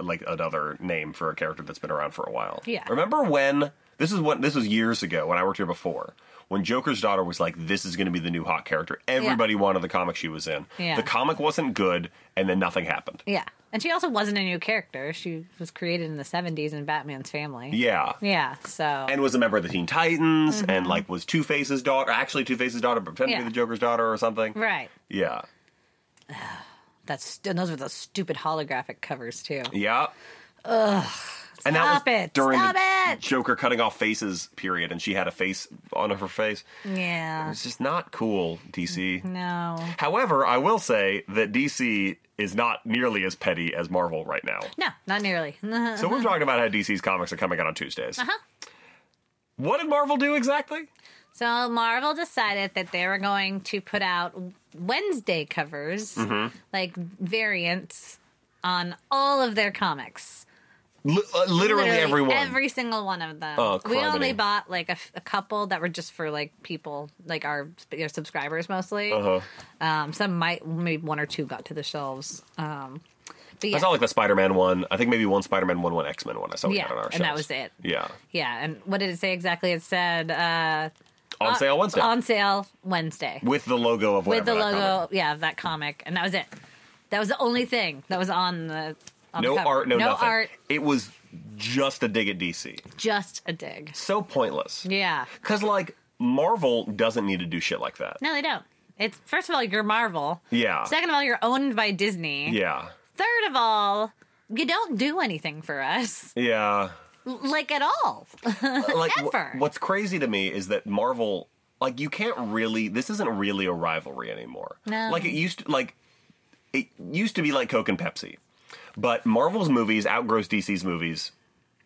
[SPEAKER 3] like another name for a character that's been around for a while.
[SPEAKER 4] Yeah.
[SPEAKER 3] Remember when this is what this was years ago when I worked here before. When Joker's daughter was like, "This is going to be the new hot character," everybody wanted the comic she was in.
[SPEAKER 4] Yeah.
[SPEAKER 3] The comic wasn't good, and then nothing happened.
[SPEAKER 4] yeah. And she also wasn't a new character. She was created in the '70s in Batman's family.
[SPEAKER 3] Yeah,
[SPEAKER 4] Yeah. So.
[SPEAKER 3] and was a member of the Teen Titans, and like was Two Face's daughter, actually Two Face's daughter, but pretending to
[SPEAKER 4] Mm-hmm. Yeah.
[SPEAKER 3] be the Joker's daughter or something.
[SPEAKER 4] right.
[SPEAKER 3] Yeah,
[SPEAKER 4] That's and those were those stupid holographic covers too.
[SPEAKER 3] yeah. Ugh. And that
[SPEAKER 4] Stop
[SPEAKER 3] was
[SPEAKER 4] it.
[SPEAKER 3] during
[SPEAKER 4] Stop
[SPEAKER 3] the
[SPEAKER 4] it.
[SPEAKER 3] Joker cutting off faces period, and she had a face on her face.
[SPEAKER 4] Yeah.
[SPEAKER 3] It's just not cool, DC.
[SPEAKER 4] Mm-hmm. No.
[SPEAKER 3] However, I will say that DC is not nearly as petty as Marvel right now.
[SPEAKER 4] No, not nearly.
[SPEAKER 3] So
[SPEAKER 4] Uh-huh.
[SPEAKER 3] we're talking about how DC's comics are coming out on Tuesdays. What did Marvel do exactly?
[SPEAKER 4] So Marvel decided that they were going to put out Wednesday covers,
[SPEAKER 3] Mm-hmm.
[SPEAKER 4] like variants on all of their comics.
[SPEAKER 3] Li- uh, literally, everyone.
[SPEAKER 4] Every single one of them.
[SPEAKER 3] Oh,
[SPEAKER 4] we only
[SPEAKER 3] criminy.
[SPEAKER 4] bought like a, f- a couple that were just for like people, like our you know, subscribers mostly.
[SPEAKER 3] Uh-huh.
[SPEAKER 4] Um, some might, maybe one or two got to the shelves. Um, but
[SPEAKER 3] I
[SPEAKER 4] yeah,
[SPEAKER 3] saw like the Spider-Man one. I think maybe one Spider-Man one, one X-Men one. I saw we
[SPEAKER 4] Yeah,
[SPEAKER 3] had on our
[SPEAKER 4] and that
[SPEAKER 3] shelves.
[SPEAKER 4] was it.
[SPEAKER 3] Yeah,
[SPEAKER 4] yeah. And what did it say exactly? It said uh,
[SPEAKER 3] on sale Wednesday
[SPEAKER 4] on sale Wednesday.
[SPEAKER 3] with the logo of
[SPEAKER 4] with the
[SPEAKER 3] whatever that
[SPEAKER 4] logo,
[SPEAKER 3] comic-
[SPEAKER 4] yeah, of that comic, and that was it. That was the only thing that was on the. On the
[SPEAKER 3] No
[SPEAKER 4] cover.
[SPEAKER 3] art, no,
[SPEAKER 4] no
[SPEAKER 3] nothing.
[SPEAKER 4] art,
[SPEAKER 3] It was just a dig at DC.
[SPEAKER 4] just a dig.
[SPEAKER 3] So pointless.
[SPEAKER 4] Yeah,
[SPEAKER 3] Because like Marvel doesn't need to do shit like that.
[SPEAKER 4] no, they don't. It's first of all, you're Marvel.
[SPEAKER 3] Yeah.
[SPEAKER 4] Second of all, you're owned by Disney.
[SPEAKER 3] Yeah.
[SPEAKER 4] Third of all, you don't do anything for us,
[SPEAKER 3] Yeah.
[SPEAKER 4] L- like at all.
[SPEAKER 3] like wh-
[SPEAKER 4] Ever.
[SPEAKER 3] what's crazy to me is that Marvel like you can't really this isn't really a rivalry anymore.
[SPEAKER 4] No.
[SPEAKER 3] Like it used to like it used to be like Coke and Pepsi, but Marvel's movies outgrows DC's movies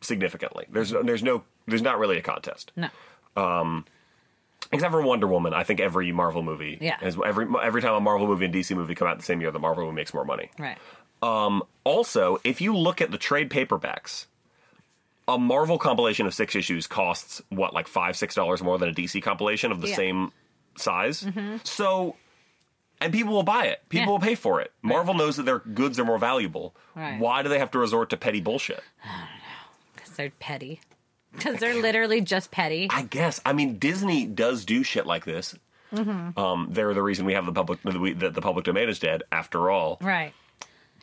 [SPEAKER 3] significantly. There's no, there's no there's not really a contest
[SPEAKER 4] No.
[SPEAKER 3] except for Wonder Woman. I think every Marvel movie
[SPEAKER 4] Yeah.
[SPEAKER 3] has every every time a Marvel movie and DC movie come out the same year, the Marvel movie makes more money.
[SPEAKER 4] Right.
[SPEAKER 3] Um, Also, if you look at the trade paperbacks, a Marvel compilation of six issues costs what, like five, six dollars more than a DC compilation of the
[SPEAKER 4] Yeah. Mm-hmm.
[SPEAKER 3] same size. So, and people will buy it. People
[SPEAKER 4] Yeah.
[SPEAKER 3] will pay for it. Marvel knows that their goods are more valuable.
[SPEAKER 4] Right.
[SPEAKER 3] Why do they have to resort to petty bullshit?
[SPEAKER 4] Because they're petty. Because they're literally just petty.
[SPEAKER 3] I guess. I mean, Disney does do shit like this.
[SPEAKER 4] Mm-hmm.
[SPEAKER 3] Um, they're the reason we have the public that we- that the public domain is dead. After all,
[SPEAKER 4] Right.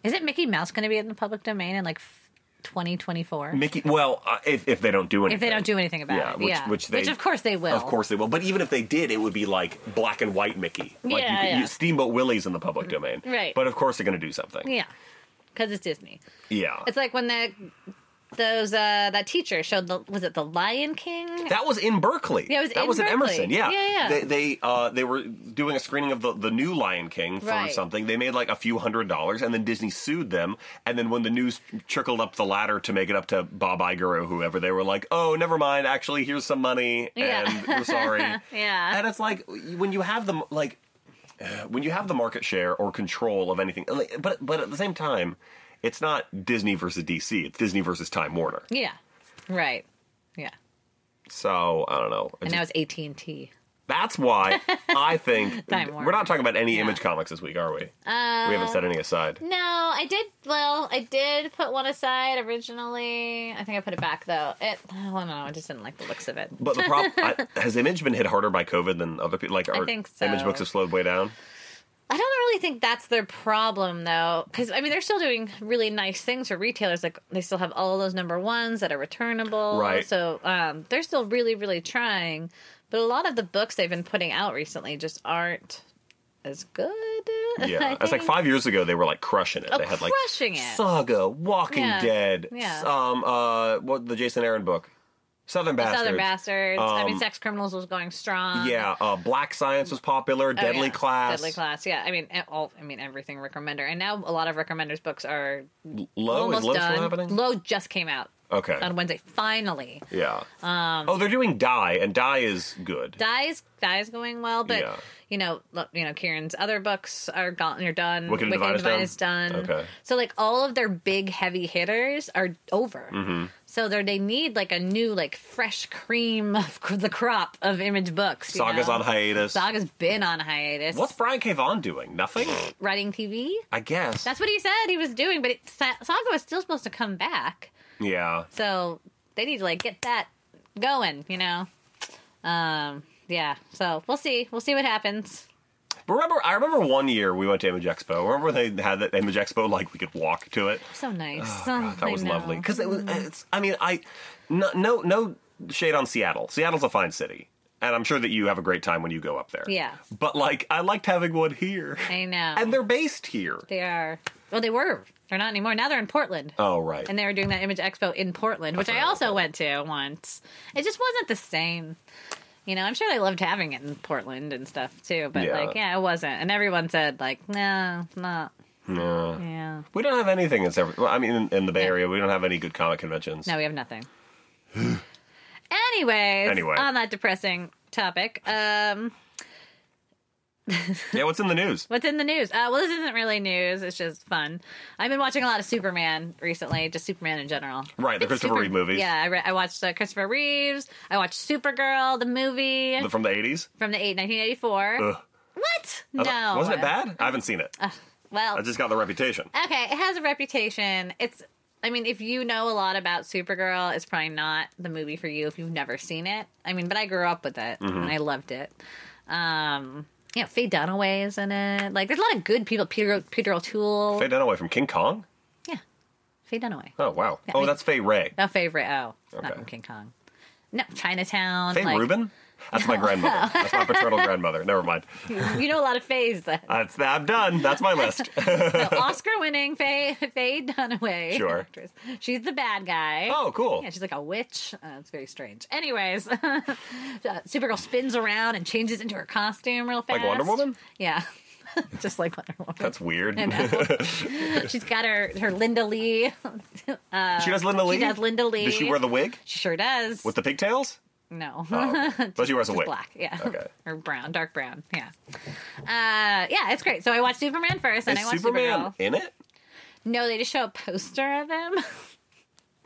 [SPEAKER 4] Isn't Mickey Mouse going to be in the public domain in like f- 2024?
[SPEAKER 3] Mickey. Well, uh, if if they don't do anything,
[SPEAKER 4] If they don't do anything about
[SPEAKER 3] yeah,
[SPEAKER 4] it.
[SPEAKER 3] which,
[SPEAKER 4] yeah.
[SPEAKER 3] Which, they,
[SPEAKER 4] of course they will.
[SPEAKER 3] Of course they will. But even if they did, it would be like black and white Mickey. Like you
[SPEAKER 4] Yeah,
[SPEAKER 3] could,
[SPEAKER 4] yeah.
[SPEAKER 3] You, Steamboat Willie's in the public domain.
[SPEAKER 4] Right.
[SPEAKER 3] But of course they're going to do something.
[SPEAKER 4] Yeah. Because it's Disney.
[SPEAKER 3] Yeah.
[SPEAKER 4] It's like when the those uh that teacher showed the was it the Lion King?
[SPEAKER 3] that was in Berkeley.
[SPEAKER 4] Yeah, it was
[SPEAKER 3] that
[SPEAKER 4] in
[SPEAKER 3] was in
[SPEAKER 4] Berkeley.
[SPEAKER 3] Emerson. Yeah,
[SPEAKER 4] Yeah, yeah.
[SPEAKER 3] They they, uh, they were doing a screening of the, the new Lion King for
[SPEAKER 4] Right.
[SPEAKER 3] something. They made like a few hundred dollars, and then Disney sued them. And then when the news trickled up the ladder to make it up to Bob Iger or whoever, they were like, "Oh, never mind. Actually, here's some money,
[SPEAKER 4] Yeah.
[SPEAKER 3] and we're sorry."
[SPEAKER 4] yeah.
[SPEAKER 3] and it's like when you have the like when you have the market share or control of anything like, but but at the same time it's not disney versus dc it's disney versus time warner
[SPEAKER 4] Yeah. Right. Yeah.
[SPEAKER 3] so i don't know
[SPEAKER 4] And now it's AT&T.
[SPEAKER 3] that's why i think
[SPEAKER 4] Time Um,
[SPEAKER 3] we're
[SPEAKER 4] Warner.
[SPEAKER 3] not talking about any image comics this week are we we haven't set any aside
[SPEAKER 4] No, I did. Well, I did put one aside originally. I think I put it back though. It. Oh no, I just didn't like the looks of it.
[SPEAKER 3] but the problem has image been hit harder by covid than other people like are
[SPEAKER 4] think so.
[SPEAKER 3] image books have slowed way down
[SPEAKER 4] I don't really think that's their problem though, because I mean they're still doing really nice things for retailers. Like they still have all those number ones that are returnable.
[SPEAKER 3] Right.
[SPEAKER 4] So um, they're still really, really trying. But a lot of the books they've been putting out recently just aren't as good. I
[SPEAKER 3] yeah it's like
[SPEAKER 4] think.
[SPEAKER 3] five years ago they were like crushing it
[SPEAKER 4] Oh,
[SPEAKER 3] they had like
[SPEAKER 4] crushing it.
[SPEAKER 3] Saga, Walking
[SPEAKER 4] Yeah.
[SPEAKER 3] Dead,
[SPEAKER 4] Yeah.
[SPEAKER 3] um, uh, what the Jason Aaron book, Southern Bastards,
[SPEAKER 4] Southern Bastards. I mean,
[SPEAKER 3] Um,
[SPEAKER 4] Sex Criminals was going strong.
[SPEAKER 3] yeah, uh, Black Science was popular,
[SPEAKER 4] Oh,
[SPEAKER 3] Deadly
[SPEAKER 4] yeah.
[SPEAKER 3] Class,
[SPEAKER 4] Deadly Class. Yeah. I mean, and all. I mean, everything recommender, and now a lot of recommenders books are
[SPEAKER 3] Low is
[SPEAKER 4] almost
[SPEAKER 3] Low
[SPEAKER 4] done.
[SPEAKER 3] still happening?
[SPEAKER 4] Low just came out
[SPEAKER 3] okay,
[SPEAKER 4] on Wednesday. Finally,
[SPEAKER 3] yeah. Um, oh, they're doing Die, and Die is good.
[SPEAKER 4] Die's Die's going well, but
[SPEAKER 3] Yeah.
[SPEAKER 4] you know, look, you know, Kieran's other books are gone. You're done.
[SPEAKER 3] Wicked and Divine is done?
[SPEAKER 4] is done.
[SPEAKER 3] Okay.
[SPEAKER 4] So like all of their big heavy hitters are over.
[SPEAKER 3] Mm-hmm.
[SPEAKER 4] So they they need like a new like fresh cream of the crop of image books. you
[SPEAKER 3] Saga's
[SPEAKER 4] know?
[SPEAKER 3] on hiatus.
[SPEAKER 4] Saga's been on hiatus.
[SPEAKER 3] What's Brian K. Vaughan doing? Nothing,
[SPEAKER 4] writing TV?
[SPEAKER 3] I guess.
[SPEAKER 4] That's what he said he was doing, but it, Sa- Saga was still supposed to come back.
[SPEAKER 3] yeah,
[SPEAKER 4] So they need to like get that going, you know. Um, yeah. So we'll see. We'll see what happens.
[SPEAKER 3] but remember, I remember one year we went to Image Expo. Remember when they had that Image Expo, like we could walk to it.
[SPEAKER 4] So nice.
[SPEAKER 3] Oh, God, that
[SPEAKER 4] Oh, I
[SPEAKER 3] was
[SPEAKER 4] know.
[SPEAKER 3] lovely because it was. It's, I mean, I no, no no shade on Seattle. Seattle's a fine city, and I'm sure that you have a great time when you go up there.
[SPEAKER 4] Yeah.
[SPEAKER 3] but like I liked having one here,
[SPEAKER 4] I know.
[SPEAKER 3] and they're based here.
[SPEAKER 4] they are. Well, they were. They're not anymore. Now they're in Portland.
[SPEAKER 3] Oh right,
[SPEAKER 4] And they were doing that Image Expo in Portland, which I also went to once. It just wasn't the same. You know, I'm sure they loved having it in Portland and stuff too, but
[SPEAKER 3] Yeah.
[SPEAKER 4] like, yeah, it wasn't. And everyone said, like, no, it's not.
[SPEAKER 3] No.
[SPEAKER 4] Yeah.
[SPEAKER 3] we don't have anything in San. Well, I mean, in, in the Bay Area, we don't have any good comic conventions.
[SPEAKER 4] No, we have nothing. Anyways,
[SPEAKER 3] Anyway.
[SPEAKER 4] on that depressing topic, um,
[SPEAKER 3] Yeah, what's in the news?
[SPEAKER 4] what's in the news? Uh, well, this isn't really news. It's just fun. I've been watching a lot of Superman recently, just Superman in general.
[SPEAKER 3] Right, the
[SPEAKER 4] It's
[SPEAKER 3] Christopher Reeve movies.
[SPEAKER 4] Yeah, I, re- I watched uh, Christopher Reeves. I watched Supergirl, the movie
[SPEAKER 3] The- From the 80s?
[SPEAKER 4] from the eight, 1984.
[SPEAKER 3] Ugh.
[SPEAKER 4] What?
[SPEAKER 3] I
[SPEAKER 4] No. uh,
[SPEAKER 3] thought- Wasn't it bad? I haven't seen it.
[SPEAKER 4] Well,
[SPEAKER 3] I just got the reputation.
[SPEAKER 4] okay, it has a reputation. It's, I mean, if you know a lot about Supergirl, it's probably not the movie for you if you've never seen it. I mean, but I grew up with it
[SPEAKER 3] Mm-hmm.
[SPEAKER 4] and I loved it. Um, you know, Faye Dunaway is in it. Like, there's a lot of good people. Peter Peter O'Toole.
[SPEAKER 3] Faye Dunaway from King Kong?
[SPEAKER 4] yeah, Faye Dunaway.
[SPEAKER 3] Oh, wow.
[SPEAKER 4] Yeah,
[SPEAKER 3] Oh,
[SPEAKER 4] we-
[SPEAKER 3] that's Faye Ray.
[SPEAKER 4] No favorite. Oh,
[SPEAKER 3] Okay.
[SPEAKER 4] not from King Kong. No, Chinatown.
[SPEAKER 3] Faye
[SPEAKER 4] like, Oh.
[SPEAKER 3] Rubin? That's my grandmother. That's my paternal grandmother. Never mind.
[SPEAKER 4] You know a lot of Fays. Then.
[SPEAKER 3] That's, I'm done. That's my list.
[SPEAKER 4] Oscar winning Faye, Faye Dunaway.
[SPEAKER 3] Sure.
[SPEAKER 4] Actress. She's the bad guy.
[SPEAKER 3] Oh, cool.
[SPEAKER 4] Yeah, she's like a witch. Uh, it's very strange. Anyways, uh, Supergirl spins around and changes into her costume real fast.
[SPEAKER 3] Like Wonder Woman?
[SPEAKER 4] Yeah. just like Wonder Woman.
[SPEAKER 3] That's weird.
[SPEAKER 4] She's got her her Linda Lee.
[SPEAKER 3] she does Linda Lee.
[SPEAKER 4] Uh, She does Linda Lee.
[SPEAKER 3] Does she wear the wig
[SPEAKER 4] She sure does.
[SPEAKER 3] with the pigtails?
[SPEAKER 4] no.
[SPEAKER 3] Oh, okay. but she wears a
[SPEAKER 4] Just
[SPEAKER 3] wig.
[SPEAKER 4] black, yeah,
[SPEAKER 3] Okay.
[SPEAKER 4] or brown, dark brown, yeah, uh, yeah. It's great. So I watched Superman first, and I
[SPEAKER 3] Is
[SPEAKER 4] watched
[SPEAKER 3] Superman
[SPEAKER 4] Supergirl.
[SPEAKER 3] in it?
[SPEAKER 4] No, they just show a poster of him.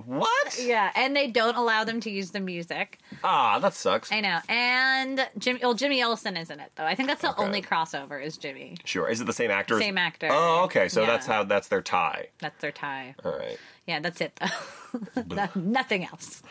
[SPEAKER 3] What?
[SPEAKER 4] yeah, and they don't allow them to use the music.
[SPEAKER 3] Ah, that sucks.
[SPEAKER 4] I know. And Jimmy, well, Jimmy Olsen is in it though. I think that's the
[SPEAKER 3] Okay.
[SPEAKER 4] only crossover is Jimmy.
[SPEAKER 3] Sure. Is it the same actor? as-
[SPEAKER 4] Same actor.
[SPEAKER 3] Oh, okay. So that's
[SPEAKER 4] Yeah.
[SPEAKER 3] how that's their tie.
[SPEAKER 4] That's their tie.
[SPEAKER 3] All right.
[SPEAKER 4] Yeah, that's it though. No- nothing else.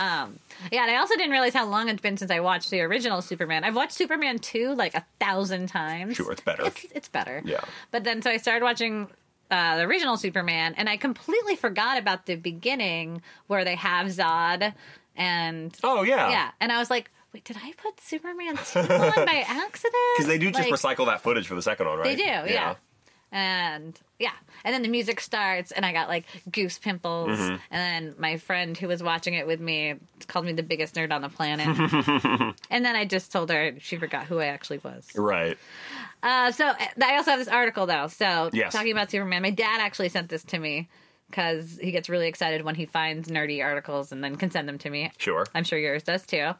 [SPEAKER 4] Um, yeah, and I also didn't realize how long it's been since I watched the original Superman. I've watched Superman two like a thousand times.
[SPEAKER 3] Sure, it's better.
[SPEAKER 4] It's, it's better.
[SPEAKER 3] Yeah.
[SPEAKER 4] But then so I started watching uh, the original Superman, and I completely forgot about the beginning where they have Zod and
[SPEAKER 3] Oh yeah.
[SPEAKER 4] yeah, and I was like. Wait, did I put Superman 2 on by accident?
[SPEAKER 3] Because they do just
[SPEAKER 4] Like-
[SPEAKER 3] recycle that footage for the second one, right?
[SPEAKER 4] they do, yeah. And yeah. And then the music starts, and I got like goose pimples.
[SPEAKER 3] Mm-hmm.
[SPEAKER 4] And then my friend who was watching it with me called me the biggest nerd on the planet. and then I just told her she forgot who I actually was.
[SPEAKER 3] Right.
[SPEAKER 4] Uh, so uh, I also have this article, though. So
[SPEAKER 3] Yes.
[SPEAKER 4] talking about Superman, my dad actually sent this to me because he gets really excited when he finds nerdy articles and then can send them to me.
[SPEAKER 3] Sure.
[SPEAKER 4] I'm sure yours does too.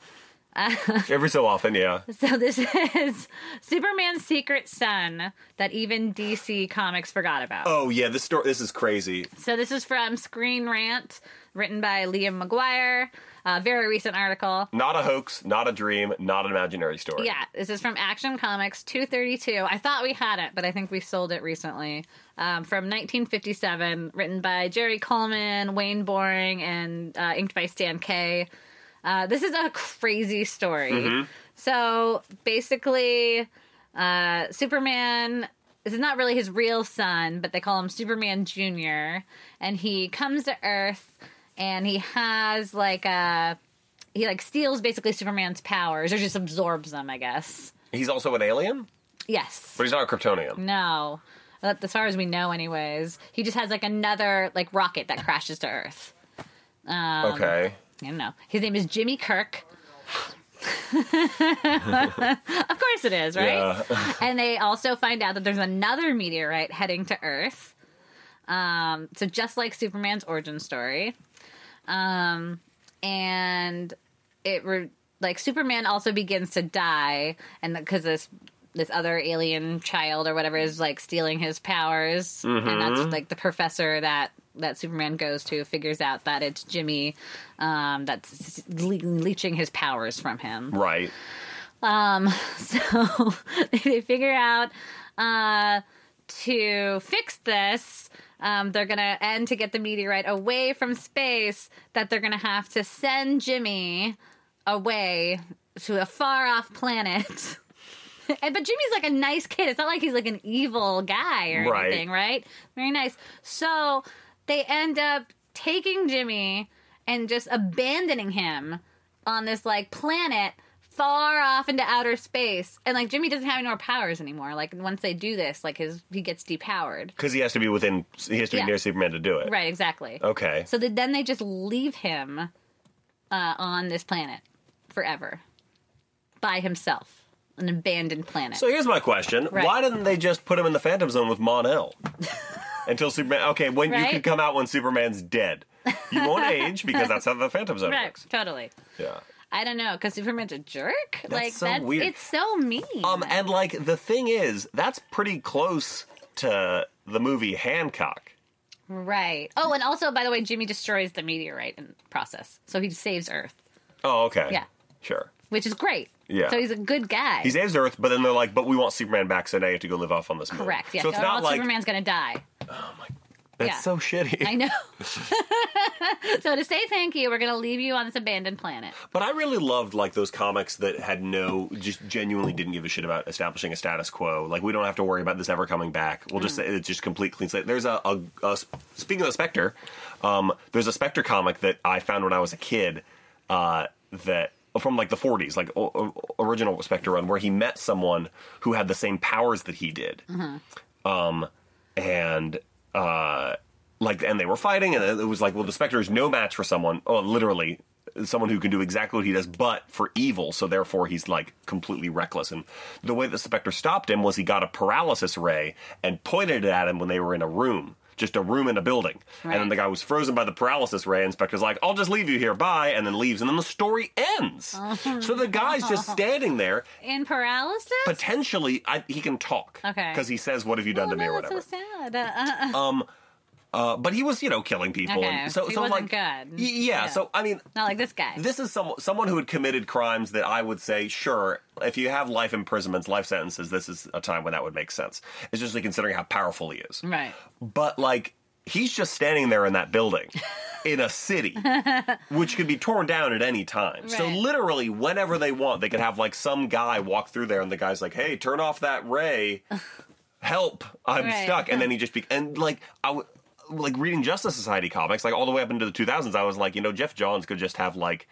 [SPEAKER 3] Every so often, yeah.
[SPEAKER 4] So this is Superman's secret son that even DC Comics forgot about.
[SPEAKER 3] Oh yeah. This story. This is crazy.
[SPEAKER 4] So this is from Screen Rant, written by Liam McGuire. A very recent article.
[SPEAKER 3] Not a hoax. Not a dream. Not an imaginary story.
[SPEAKER 4] Yeah, this is from Action Comics 232. I thought we had it, but I think we sold it recently. Um, from 1957, written by Jerry Coleman, Wayne Boring, and uh, inked by Stan Kay. Uh, this is a crazy story. So basically, uh, Superman. This is not really his real son, but they call him Superman Junior, and he comes to Earth, and he has like a he like steals basically Superman's powers or just absorbs them, I guess.
[SPEAKER 3] He's also an alien,
[SPEAKER 4] Yes.
[SPEAKER 3] but he's not a Kryptonian.
[SPEAKER 4] No. Well, As far as we know, anyways, he just has like another like rocket that crashes to Earth. Um,
[SPEAKER 3] okay.
[SPEAKER 4] I don't know. His name is Jimmy Kirk. of course it is, right? and they also find out that there's another meteorite heading to Earth. Um, so just like Superman's origin story, um, and it re- like Superman also begins to die, and because this this other alien child or whatever is like stealing his powers, and that's like the professor that that Superman goes to figures out that it's Jimmy um, that's le- leeching his powers from him.
[SPEAKER 3] Right.
[SPEAKER 4] Um, so they figure out uh, to fix this. Um, they're gonna and to get the meteorite away from space. That they're gonna have to send Jimmy away to a far off planet. and but Jimmy's like a nice kid. It's not like he's like an evil guy or
[SPEAKER 3] Right.
[SPEAKER 4] anything, right? Very nice. So they end up taking Jimmy and just abandoning him on this like planet far off into outer space. And like Jimmy doesn't have any more powers anymore. Like once they do this, like his he gets depowered.
[SPEAKER 3] Because he has to be within. He has to be
[SPEAKER 4] Yeah.
[SPEAKER 3] near Superman to do it.
[SPEAKER 4] Right, exactly.
[SPEAKER 3] Okay.
[SPEAKER 4] So th- then they just leave him uh, on this planet forever by himself, an abandoned planet.
[SPEAKER 3] So here's my question:
[SPEAKER 4] Right.
[SPEAKER 3] Why didn't they just put him in the Phantom Zone with Mon El until Superman? Okay, when you
[SPEAKER 4] Right?
[SPEAKER 3] can come out when Superman's dead, you won't age because that's how the Phantom Zone
[SPEAKER 4] right,
[SPEAKER 3] works.
[SPEAKER 4] totally.
[SPEAKER 3] Yeah.
[SPEAKER 4] I don't know because Superman's a jerk. like
[SPEAKER 3] so
[SPEAKER 4] that's
[SPEAKER 3] weird.
[SPEAKER 4] it's so mean.
[SPEAKER 3] Um, and like the thing is, that's pretty close to the movie Hancock.
[SPEAKER 4] right. Oh, and also by the way, Jimmy destroys the meteorite in the process, so he saves Earth,
[SPEAKER 3] Oh, okay.
[SPEAKER 4] Yeah.
[SPEAKER 3] Sure.
[SPEAKER 4] which is great.
[SPEAKER 3] Yeah.
[SPEAKER 4] So he's a good guy.
[SPEAKER 3] He saves Earth, but then they're like, "But we want Superman back, so now you have to go live off on this moon."
[SPEAKER 4] Correct. Yeah.
[SPEAKER 3] So it's
[SPEAKER 4] or
[SPEAKER 3] not
[SPEAKER 4] else
[SPEAKER 3] like
[SPEAKER 4] Superman's gonna die.
[SPEAKER 3] that's
[SPEAKER 4] yeah.
[SPEAKER 3] so shitty.
[SPEAKER 4] I know. so to say thank you, we're gonna leave you on this abandoned planet.
[SPEAKER 3] But I really loved like those comics that had no, just genuinely didn't give a shit about establishing a status quo. Like we don't have to worry about this ever coming back. We'll just say it's just complete clean slate. There's a, a, a speaking of the Spectre, um, there's a Spectre comic that I found when I was a kid uh, that from like the 40s, like o- o- original Spectre run, where he met someone who had the same powers that he did and uh like and they were fighting and it was like well the spectre is no match for someone oh literally someone who can do exactly what he does, but for evil. So therefore, he's like completely reckless. And the way the Spectre stopped him was he got a paralysis ray and pointed it at him when they were in a room. Just a room in a building. And then
[SPEAKER 4] Right.
[SPEAKER 3] the guy was frozen by the paralysis ray, and Spectre's like, I'll just leave you here, bye, and then leaves. And then the story ends.
[SPEAKER 4] Oh.
[SPEAKER 3] so the guy's just standing there,
[SPEAKER 4] in paralysis.
[SPEAKER 3] potentially, I, he can talk.
[SPEAKER 4] Okay.
[SPEAKER 3] Because he says, What have you
[SPEAKER 4] oh,
[SPEAKER 3] done to me, or
[SPEAKER 4] no, that's
[SPEAKER 3] whatever.
[SPEAKER 4] so sad. Uh, uh, uh,
[SPEAKER 3] Uh, but he was, you know, killing people.
[SPEAKER 4] Okay,
[SPEAKER 3] And so,
[SPEAKER 4] he
[SPEAKER 3] so
[SPEAKER 4] wasn't
[SPEAKER 3] like,
[SPEAKER 4] good.
[SPEAKER 3] Y- yeah,
[SPEAKER 4] Yeah.
[SPEAKER 3] So I mean,
[SPEAKER 4] not like this guy.
[SPEAKER 3] this is some someone who had committed crimes that I would say, sure, if you have life imprisonments, life sentences, this is a time when that would make sense, especially considering how powerful he is.
[SPEAKER 4] right.
[SPEAKER 3] But like, he's just standing there in that building. In a city, which could be torn down at any time. So,
[SPEAKER 4] Right.
[SPEAKER 3] literally, whenever they want, they could have like some guy walk through there, and the guy's like, "Hey, turn off that ray! Help! I'm
[SPEAKER 4] Right.
[SPEAKER 3] stuck!" And then he just be- and like I w- like reading Justice Society comics, like all the way up into the 2000s, I was like, you know, Jeff Johns could just have like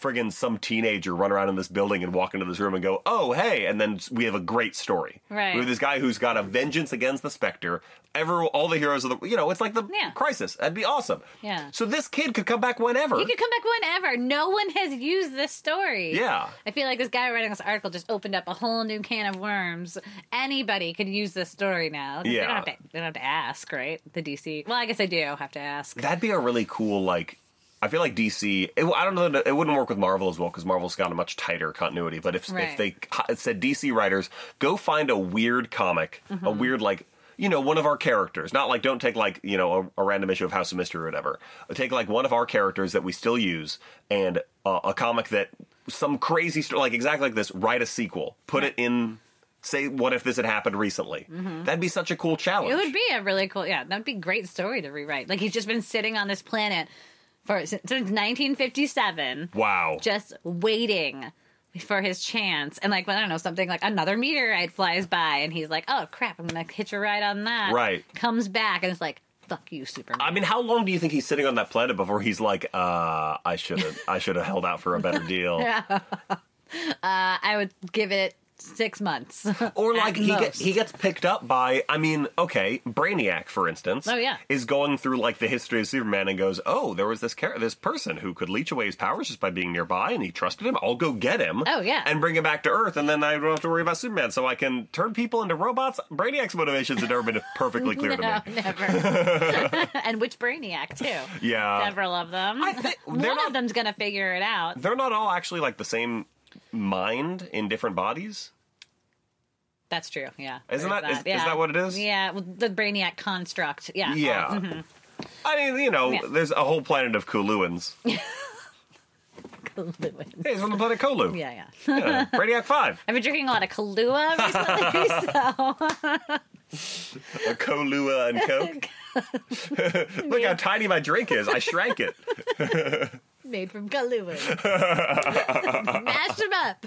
[SPEAKER 3] friggin' some teenager run around in this building and walk into this room and go, "Oh, hey!" And then we have a great story.
[SPEAKER 4] Right.
[SPEAKER 3] We have this guy who's got a vengeance against the Spectre. Ever all the heroes of the you know, it's like the
[SPEAKER 4] Yeah.
[SPEAKER 3] Crisis. That'd be awesome.
[SPEAKER 4] Yeah.
[SPEAKER 3] So this kid could come back whenever.
[SPEAKER 4] He could come back whenever. No one has used this story.
[SPEAKER 3] Yeah.
[SPEAKER 4] I feel like this guy writing this article just opened up a whole new can of worms. Anybody could use this story now. 'Cause They
[SPEAKER 3] Yeah.
[SPEAKER 4] don't, have to, they don't have to ask, right? The DC. Well, I guess I do have to ask.
[SPEAKER 3] That'd be a really cool like. I feel like DC. It, I don't know. It wouldn't work with Marvel as well because Marvel's got a much tighter continuity. But if if
[SPEAKER 4] Right.
[SPEAKER 3] they it said DC writers, go find a weird comic, a
[SPEAKER 4] Mm-hmm.
[SPEAKER 3] weird like you know one of our characters. Not like don't take like you know a, a random issue of House of Mystery or whatever. Take like one of our characters that we still use and uh, a comic that some crazy story like exactly like this. Write a sequel. Put it in. Say what if this had happened recently? That'd be such a cool challenge.
[SPEAKER 4] Mm-hmm. It would be a really cool, yeah, that'd be a great story to rewrite. Like, he's just been sitting on this planet for since 1957.
[SPEAKER 3] wow.
[SPEAKER 4] just waiting for his chance. And like, well, I don't know, something like another meteorite flies by, and he's like, "Oh crap, I'm gonna hitch a ride on that."
[SPEAKER 3] Right.
[SPEAKER 4] Comes back and it's like, "Fuck you, Superman."
[SPEAKER 3] I mean, how long do you think he's sitting on that planet before he's like, uh, I should have, I should have held out for a better deal,
[SPEAKER 4] I, I would give it six months.
[SPEAKER 3] or like
[SPEAKER 4] At
[SPEAKER 3] he get,
[SPEAKER 4] most.
[SPEAKER 3] he gets picked up by, I mean, okay, Brainiac, for instance,
[SPEAKER 4] Oh, yeah.
[SPEAKER 3] is going through like the history of Superman and goes, oh, there was this char- this person who could leech away his powers just by being nearby, and he trusted him. I'll go get him.
[SPEAKER 4] Oh, yeah.
[SPEAKER 3] and bring him back to Earth, and then I don't have to worry about Superman, so I can turn people into robots. Brainiac's motivations have never been perfectly clear
[SPEAKER 4] no,
[SPEAKER 3] to me.
[SPEAKER 4] never. and which Brainiac too?
[SPEAKER 3] Yeah,
[SPEAKER 4] Several of them.
[SPEAKER 3] I think-
[SPEAKER 4] One
[SPEAKER 3] they're not-
[SPEAKER 4] of them's gonna figure it out.
[SPEAKER 3] they're not all actually like the same mind in different bodies.
[SPEAKER 4] That's true. Yeah.
[SPEAKER 3] Isn't
[SPEAKER 4] There's
[SPEAKER 3] that- is- is that what it is?
[SPEAKER 4] Yeah. Well, the Brainiac construct. Yeah.
[SPEAKER 3] Yeah. I mean, you know,
[SPEAKER 4] Yeah.
[SPEAKER 3] there's a whole planet of Kuluans. Hey,
[SPEAKER 4] Oh,
[SPEAKER 3] He's from the planet Kulu.
[SPEAKER 4] yeah. Yeah.
[SPEAKER 3] Yeah. Brainiac 5.
[SPEAKER 4] I've been drinking a lot of Kahlua recently, so
[SPEAKER 3] A Kolua and Coke. Look how tiny my drink is. I shrank it.
[SPEAKER 4] made from Kahlua. Mash them up.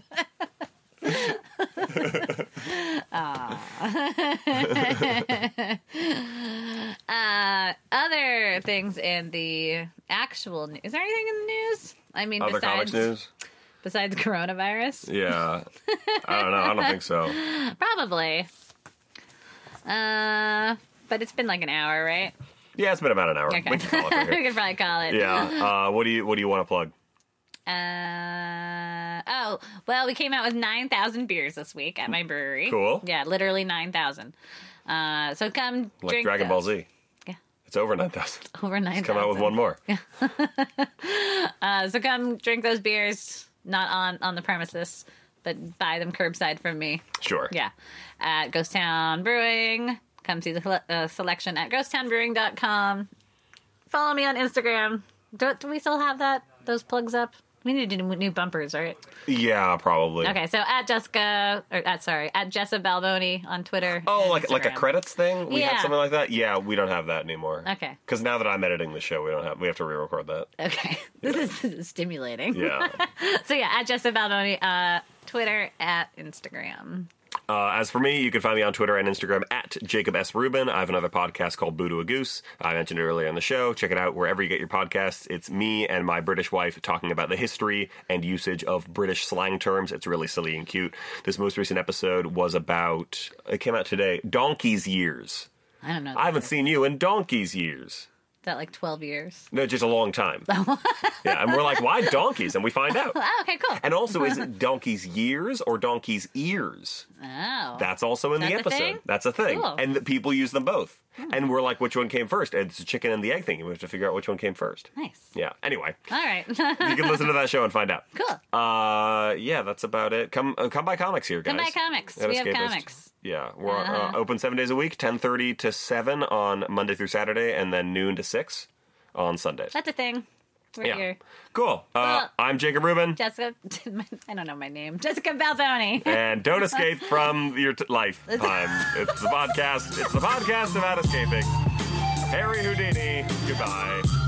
[SPEAKER 4] Ah. Aw. uh, other things in the actual news. Is there anything in the news? I mean,
[SPEAKER 3] Other
[SPEAKER 4] besides
[SPEAKER 3] comics news?
[SPEAKER 4] besides coronavirus,
[SPEAKER 3] Yeah. I don't know. I don't think so.
[SPEAKER 4] probably. Uh, but it's been like an hour, right?
[SPEAKER 3] Yeah, it's been about an hour.
[SPEAKER 4] Okay,
[SPEAKER 3] We can call it right
[SPEAKER 4] we
[SPEAKER 3] here.
[SPEAKER 4] can probably call it.
[SPEAKER 3] Yeah. Uh, what do you What do you want to plug?
[SPEAKER 4] Uh, oh, well, we came out with 9,000 beers this week at my brewery.
[SPEAKER 3] Cool.
[SPEAKER 4] Yeah, literally 9,000. Uh, so come
[SPEAKER 3] Like
[SPEAKER 4] drink
[SPEAKER 3] Dragon Ball
[SPEAKER 4] those.
[SPEAKER 3] Z.
[SPEAKER 4] Yeah.
[SPEAKER 3] It's over nine thousand.
[SPEAKER 4] Over 9,000.
[SPEAKER 3] Come out with one more.
[SPEAKER 4] Uh, so come drink those beers, not on, on the premises, but buy them curbside from me.
[SPEAKER 3] Sure.
[SPEAKER 4] Yeah. At Ghost Town Brewing. Come see the cole- uh, selection at ghosttownbrewing.com. Follow me on Instagram. Do, do we still have that? Those plugs up? We need to do new bumpers, right?
[SPEAKER 3] Yeah, probably.
[SPEAKER 4] Okay, so at Jessica, or at sorry, at Jessa Balboni on Twitter.
[SPEAKER 3] Oh,
[SPEAKER 4] and
[SPEAKER 3] like like a
[SPEAKER 4] Instagram.
[SPEAKER 3] credits thing? We had
[SPEAKER 4] Yeah.
[SPEAKER 3] something like that? Yeah, we don't have that anymore.
[SPEAKER 4] Okay.
[SPEAKER 3] Because now that I'm editing the show, we don't have we have to re-record that.
[SPEAKER 4] Okay, this, is, this is stimulating.
[SPEAKER 3] Yeah.
[SPEAKER 4] So yeah, at Jessa Balboni, uh, Twitter, at Instagram.
[SPEAKER 3] uh, as for me, you can find me on Twitter and Instagram at Jacob S. Rubin. I have another podcast called Boo to a Goose. I mentioned it earlier on the show. Check it out wherever you get your podcasts. It's me and my British wife talking about the history and usage of British slang terms. It's really silly and cute. This most recent episode was about, it came out today, Donkey's Years.
[SPEAKER 4] I don't know.
[SPEAKER 3] I haven't seen you in donkey's years.
[SPEAKER 4] that like 12 years?
[SPEAKER 3] No, just a long time. yeah, and we're like, why donkeys? And we find out.
[SPEAKER 4] Oh, okay, cool.
[SPEAKER 3] And also, is it donkey's years or donkey's ears?
[SPEAKER 4] oh.
[SPEAKER 3] That's also in
[SPEAKER 4] That's
[SPEAKER 3] the
[SPEAKER 4] a
[SPEAKER 3] episode.
[SPEAKER 4] thing?
[SPEAKER 3] That's a thing.
[SPEAKER 4] Cool. Hmm.
[SPEAKER 3] And the people use them both. And we're like, which one came first? And it's the chicken and the egg thing. and We have to figure out which one came first.
[SPEAKER 4] nice.
[SPEAKER 3] Yeah. Anyway,
[SPEAKER 4] All right.
[SPEAKER 3] you can listen to that show and find out.
[SPEAKER 4] cool.
[SPEAKER 3] Uh, yeah, that's about it. Come, uh, come by comics here, guys.
[SPEAKER 4] Come by comics.
[SPEAKER 3] At
[SPEAKER 4] We have
[SPEAKER 3] Escapist.
[SPEAKER 4] comics.
[SPEAKER 3] Yeah, we're uh
[SPEAKER 4] Uh-huh.
[SPEAKER 3] open seven days a week, ten thirty to seven on Monday through Saturday, and then noon to six on Sundays.
[SPEAKER 4] That's a thing. We're
[SPEAKER 3] yeah,
[SPEAKER 4] here.
[SPEAKER 3] cool. Uh,
[SPEAKER 4] Cool.
[SPEAKER 3] I'm Jacob Rubin,
[SPEAKER 4] Jessica, I don't know my name. Jessica Balboni.
[SPEAKER 3] and don't escape from your t- life time. It's the podcast. It's the podcast about escaping. Harry Houdini. Goodbye.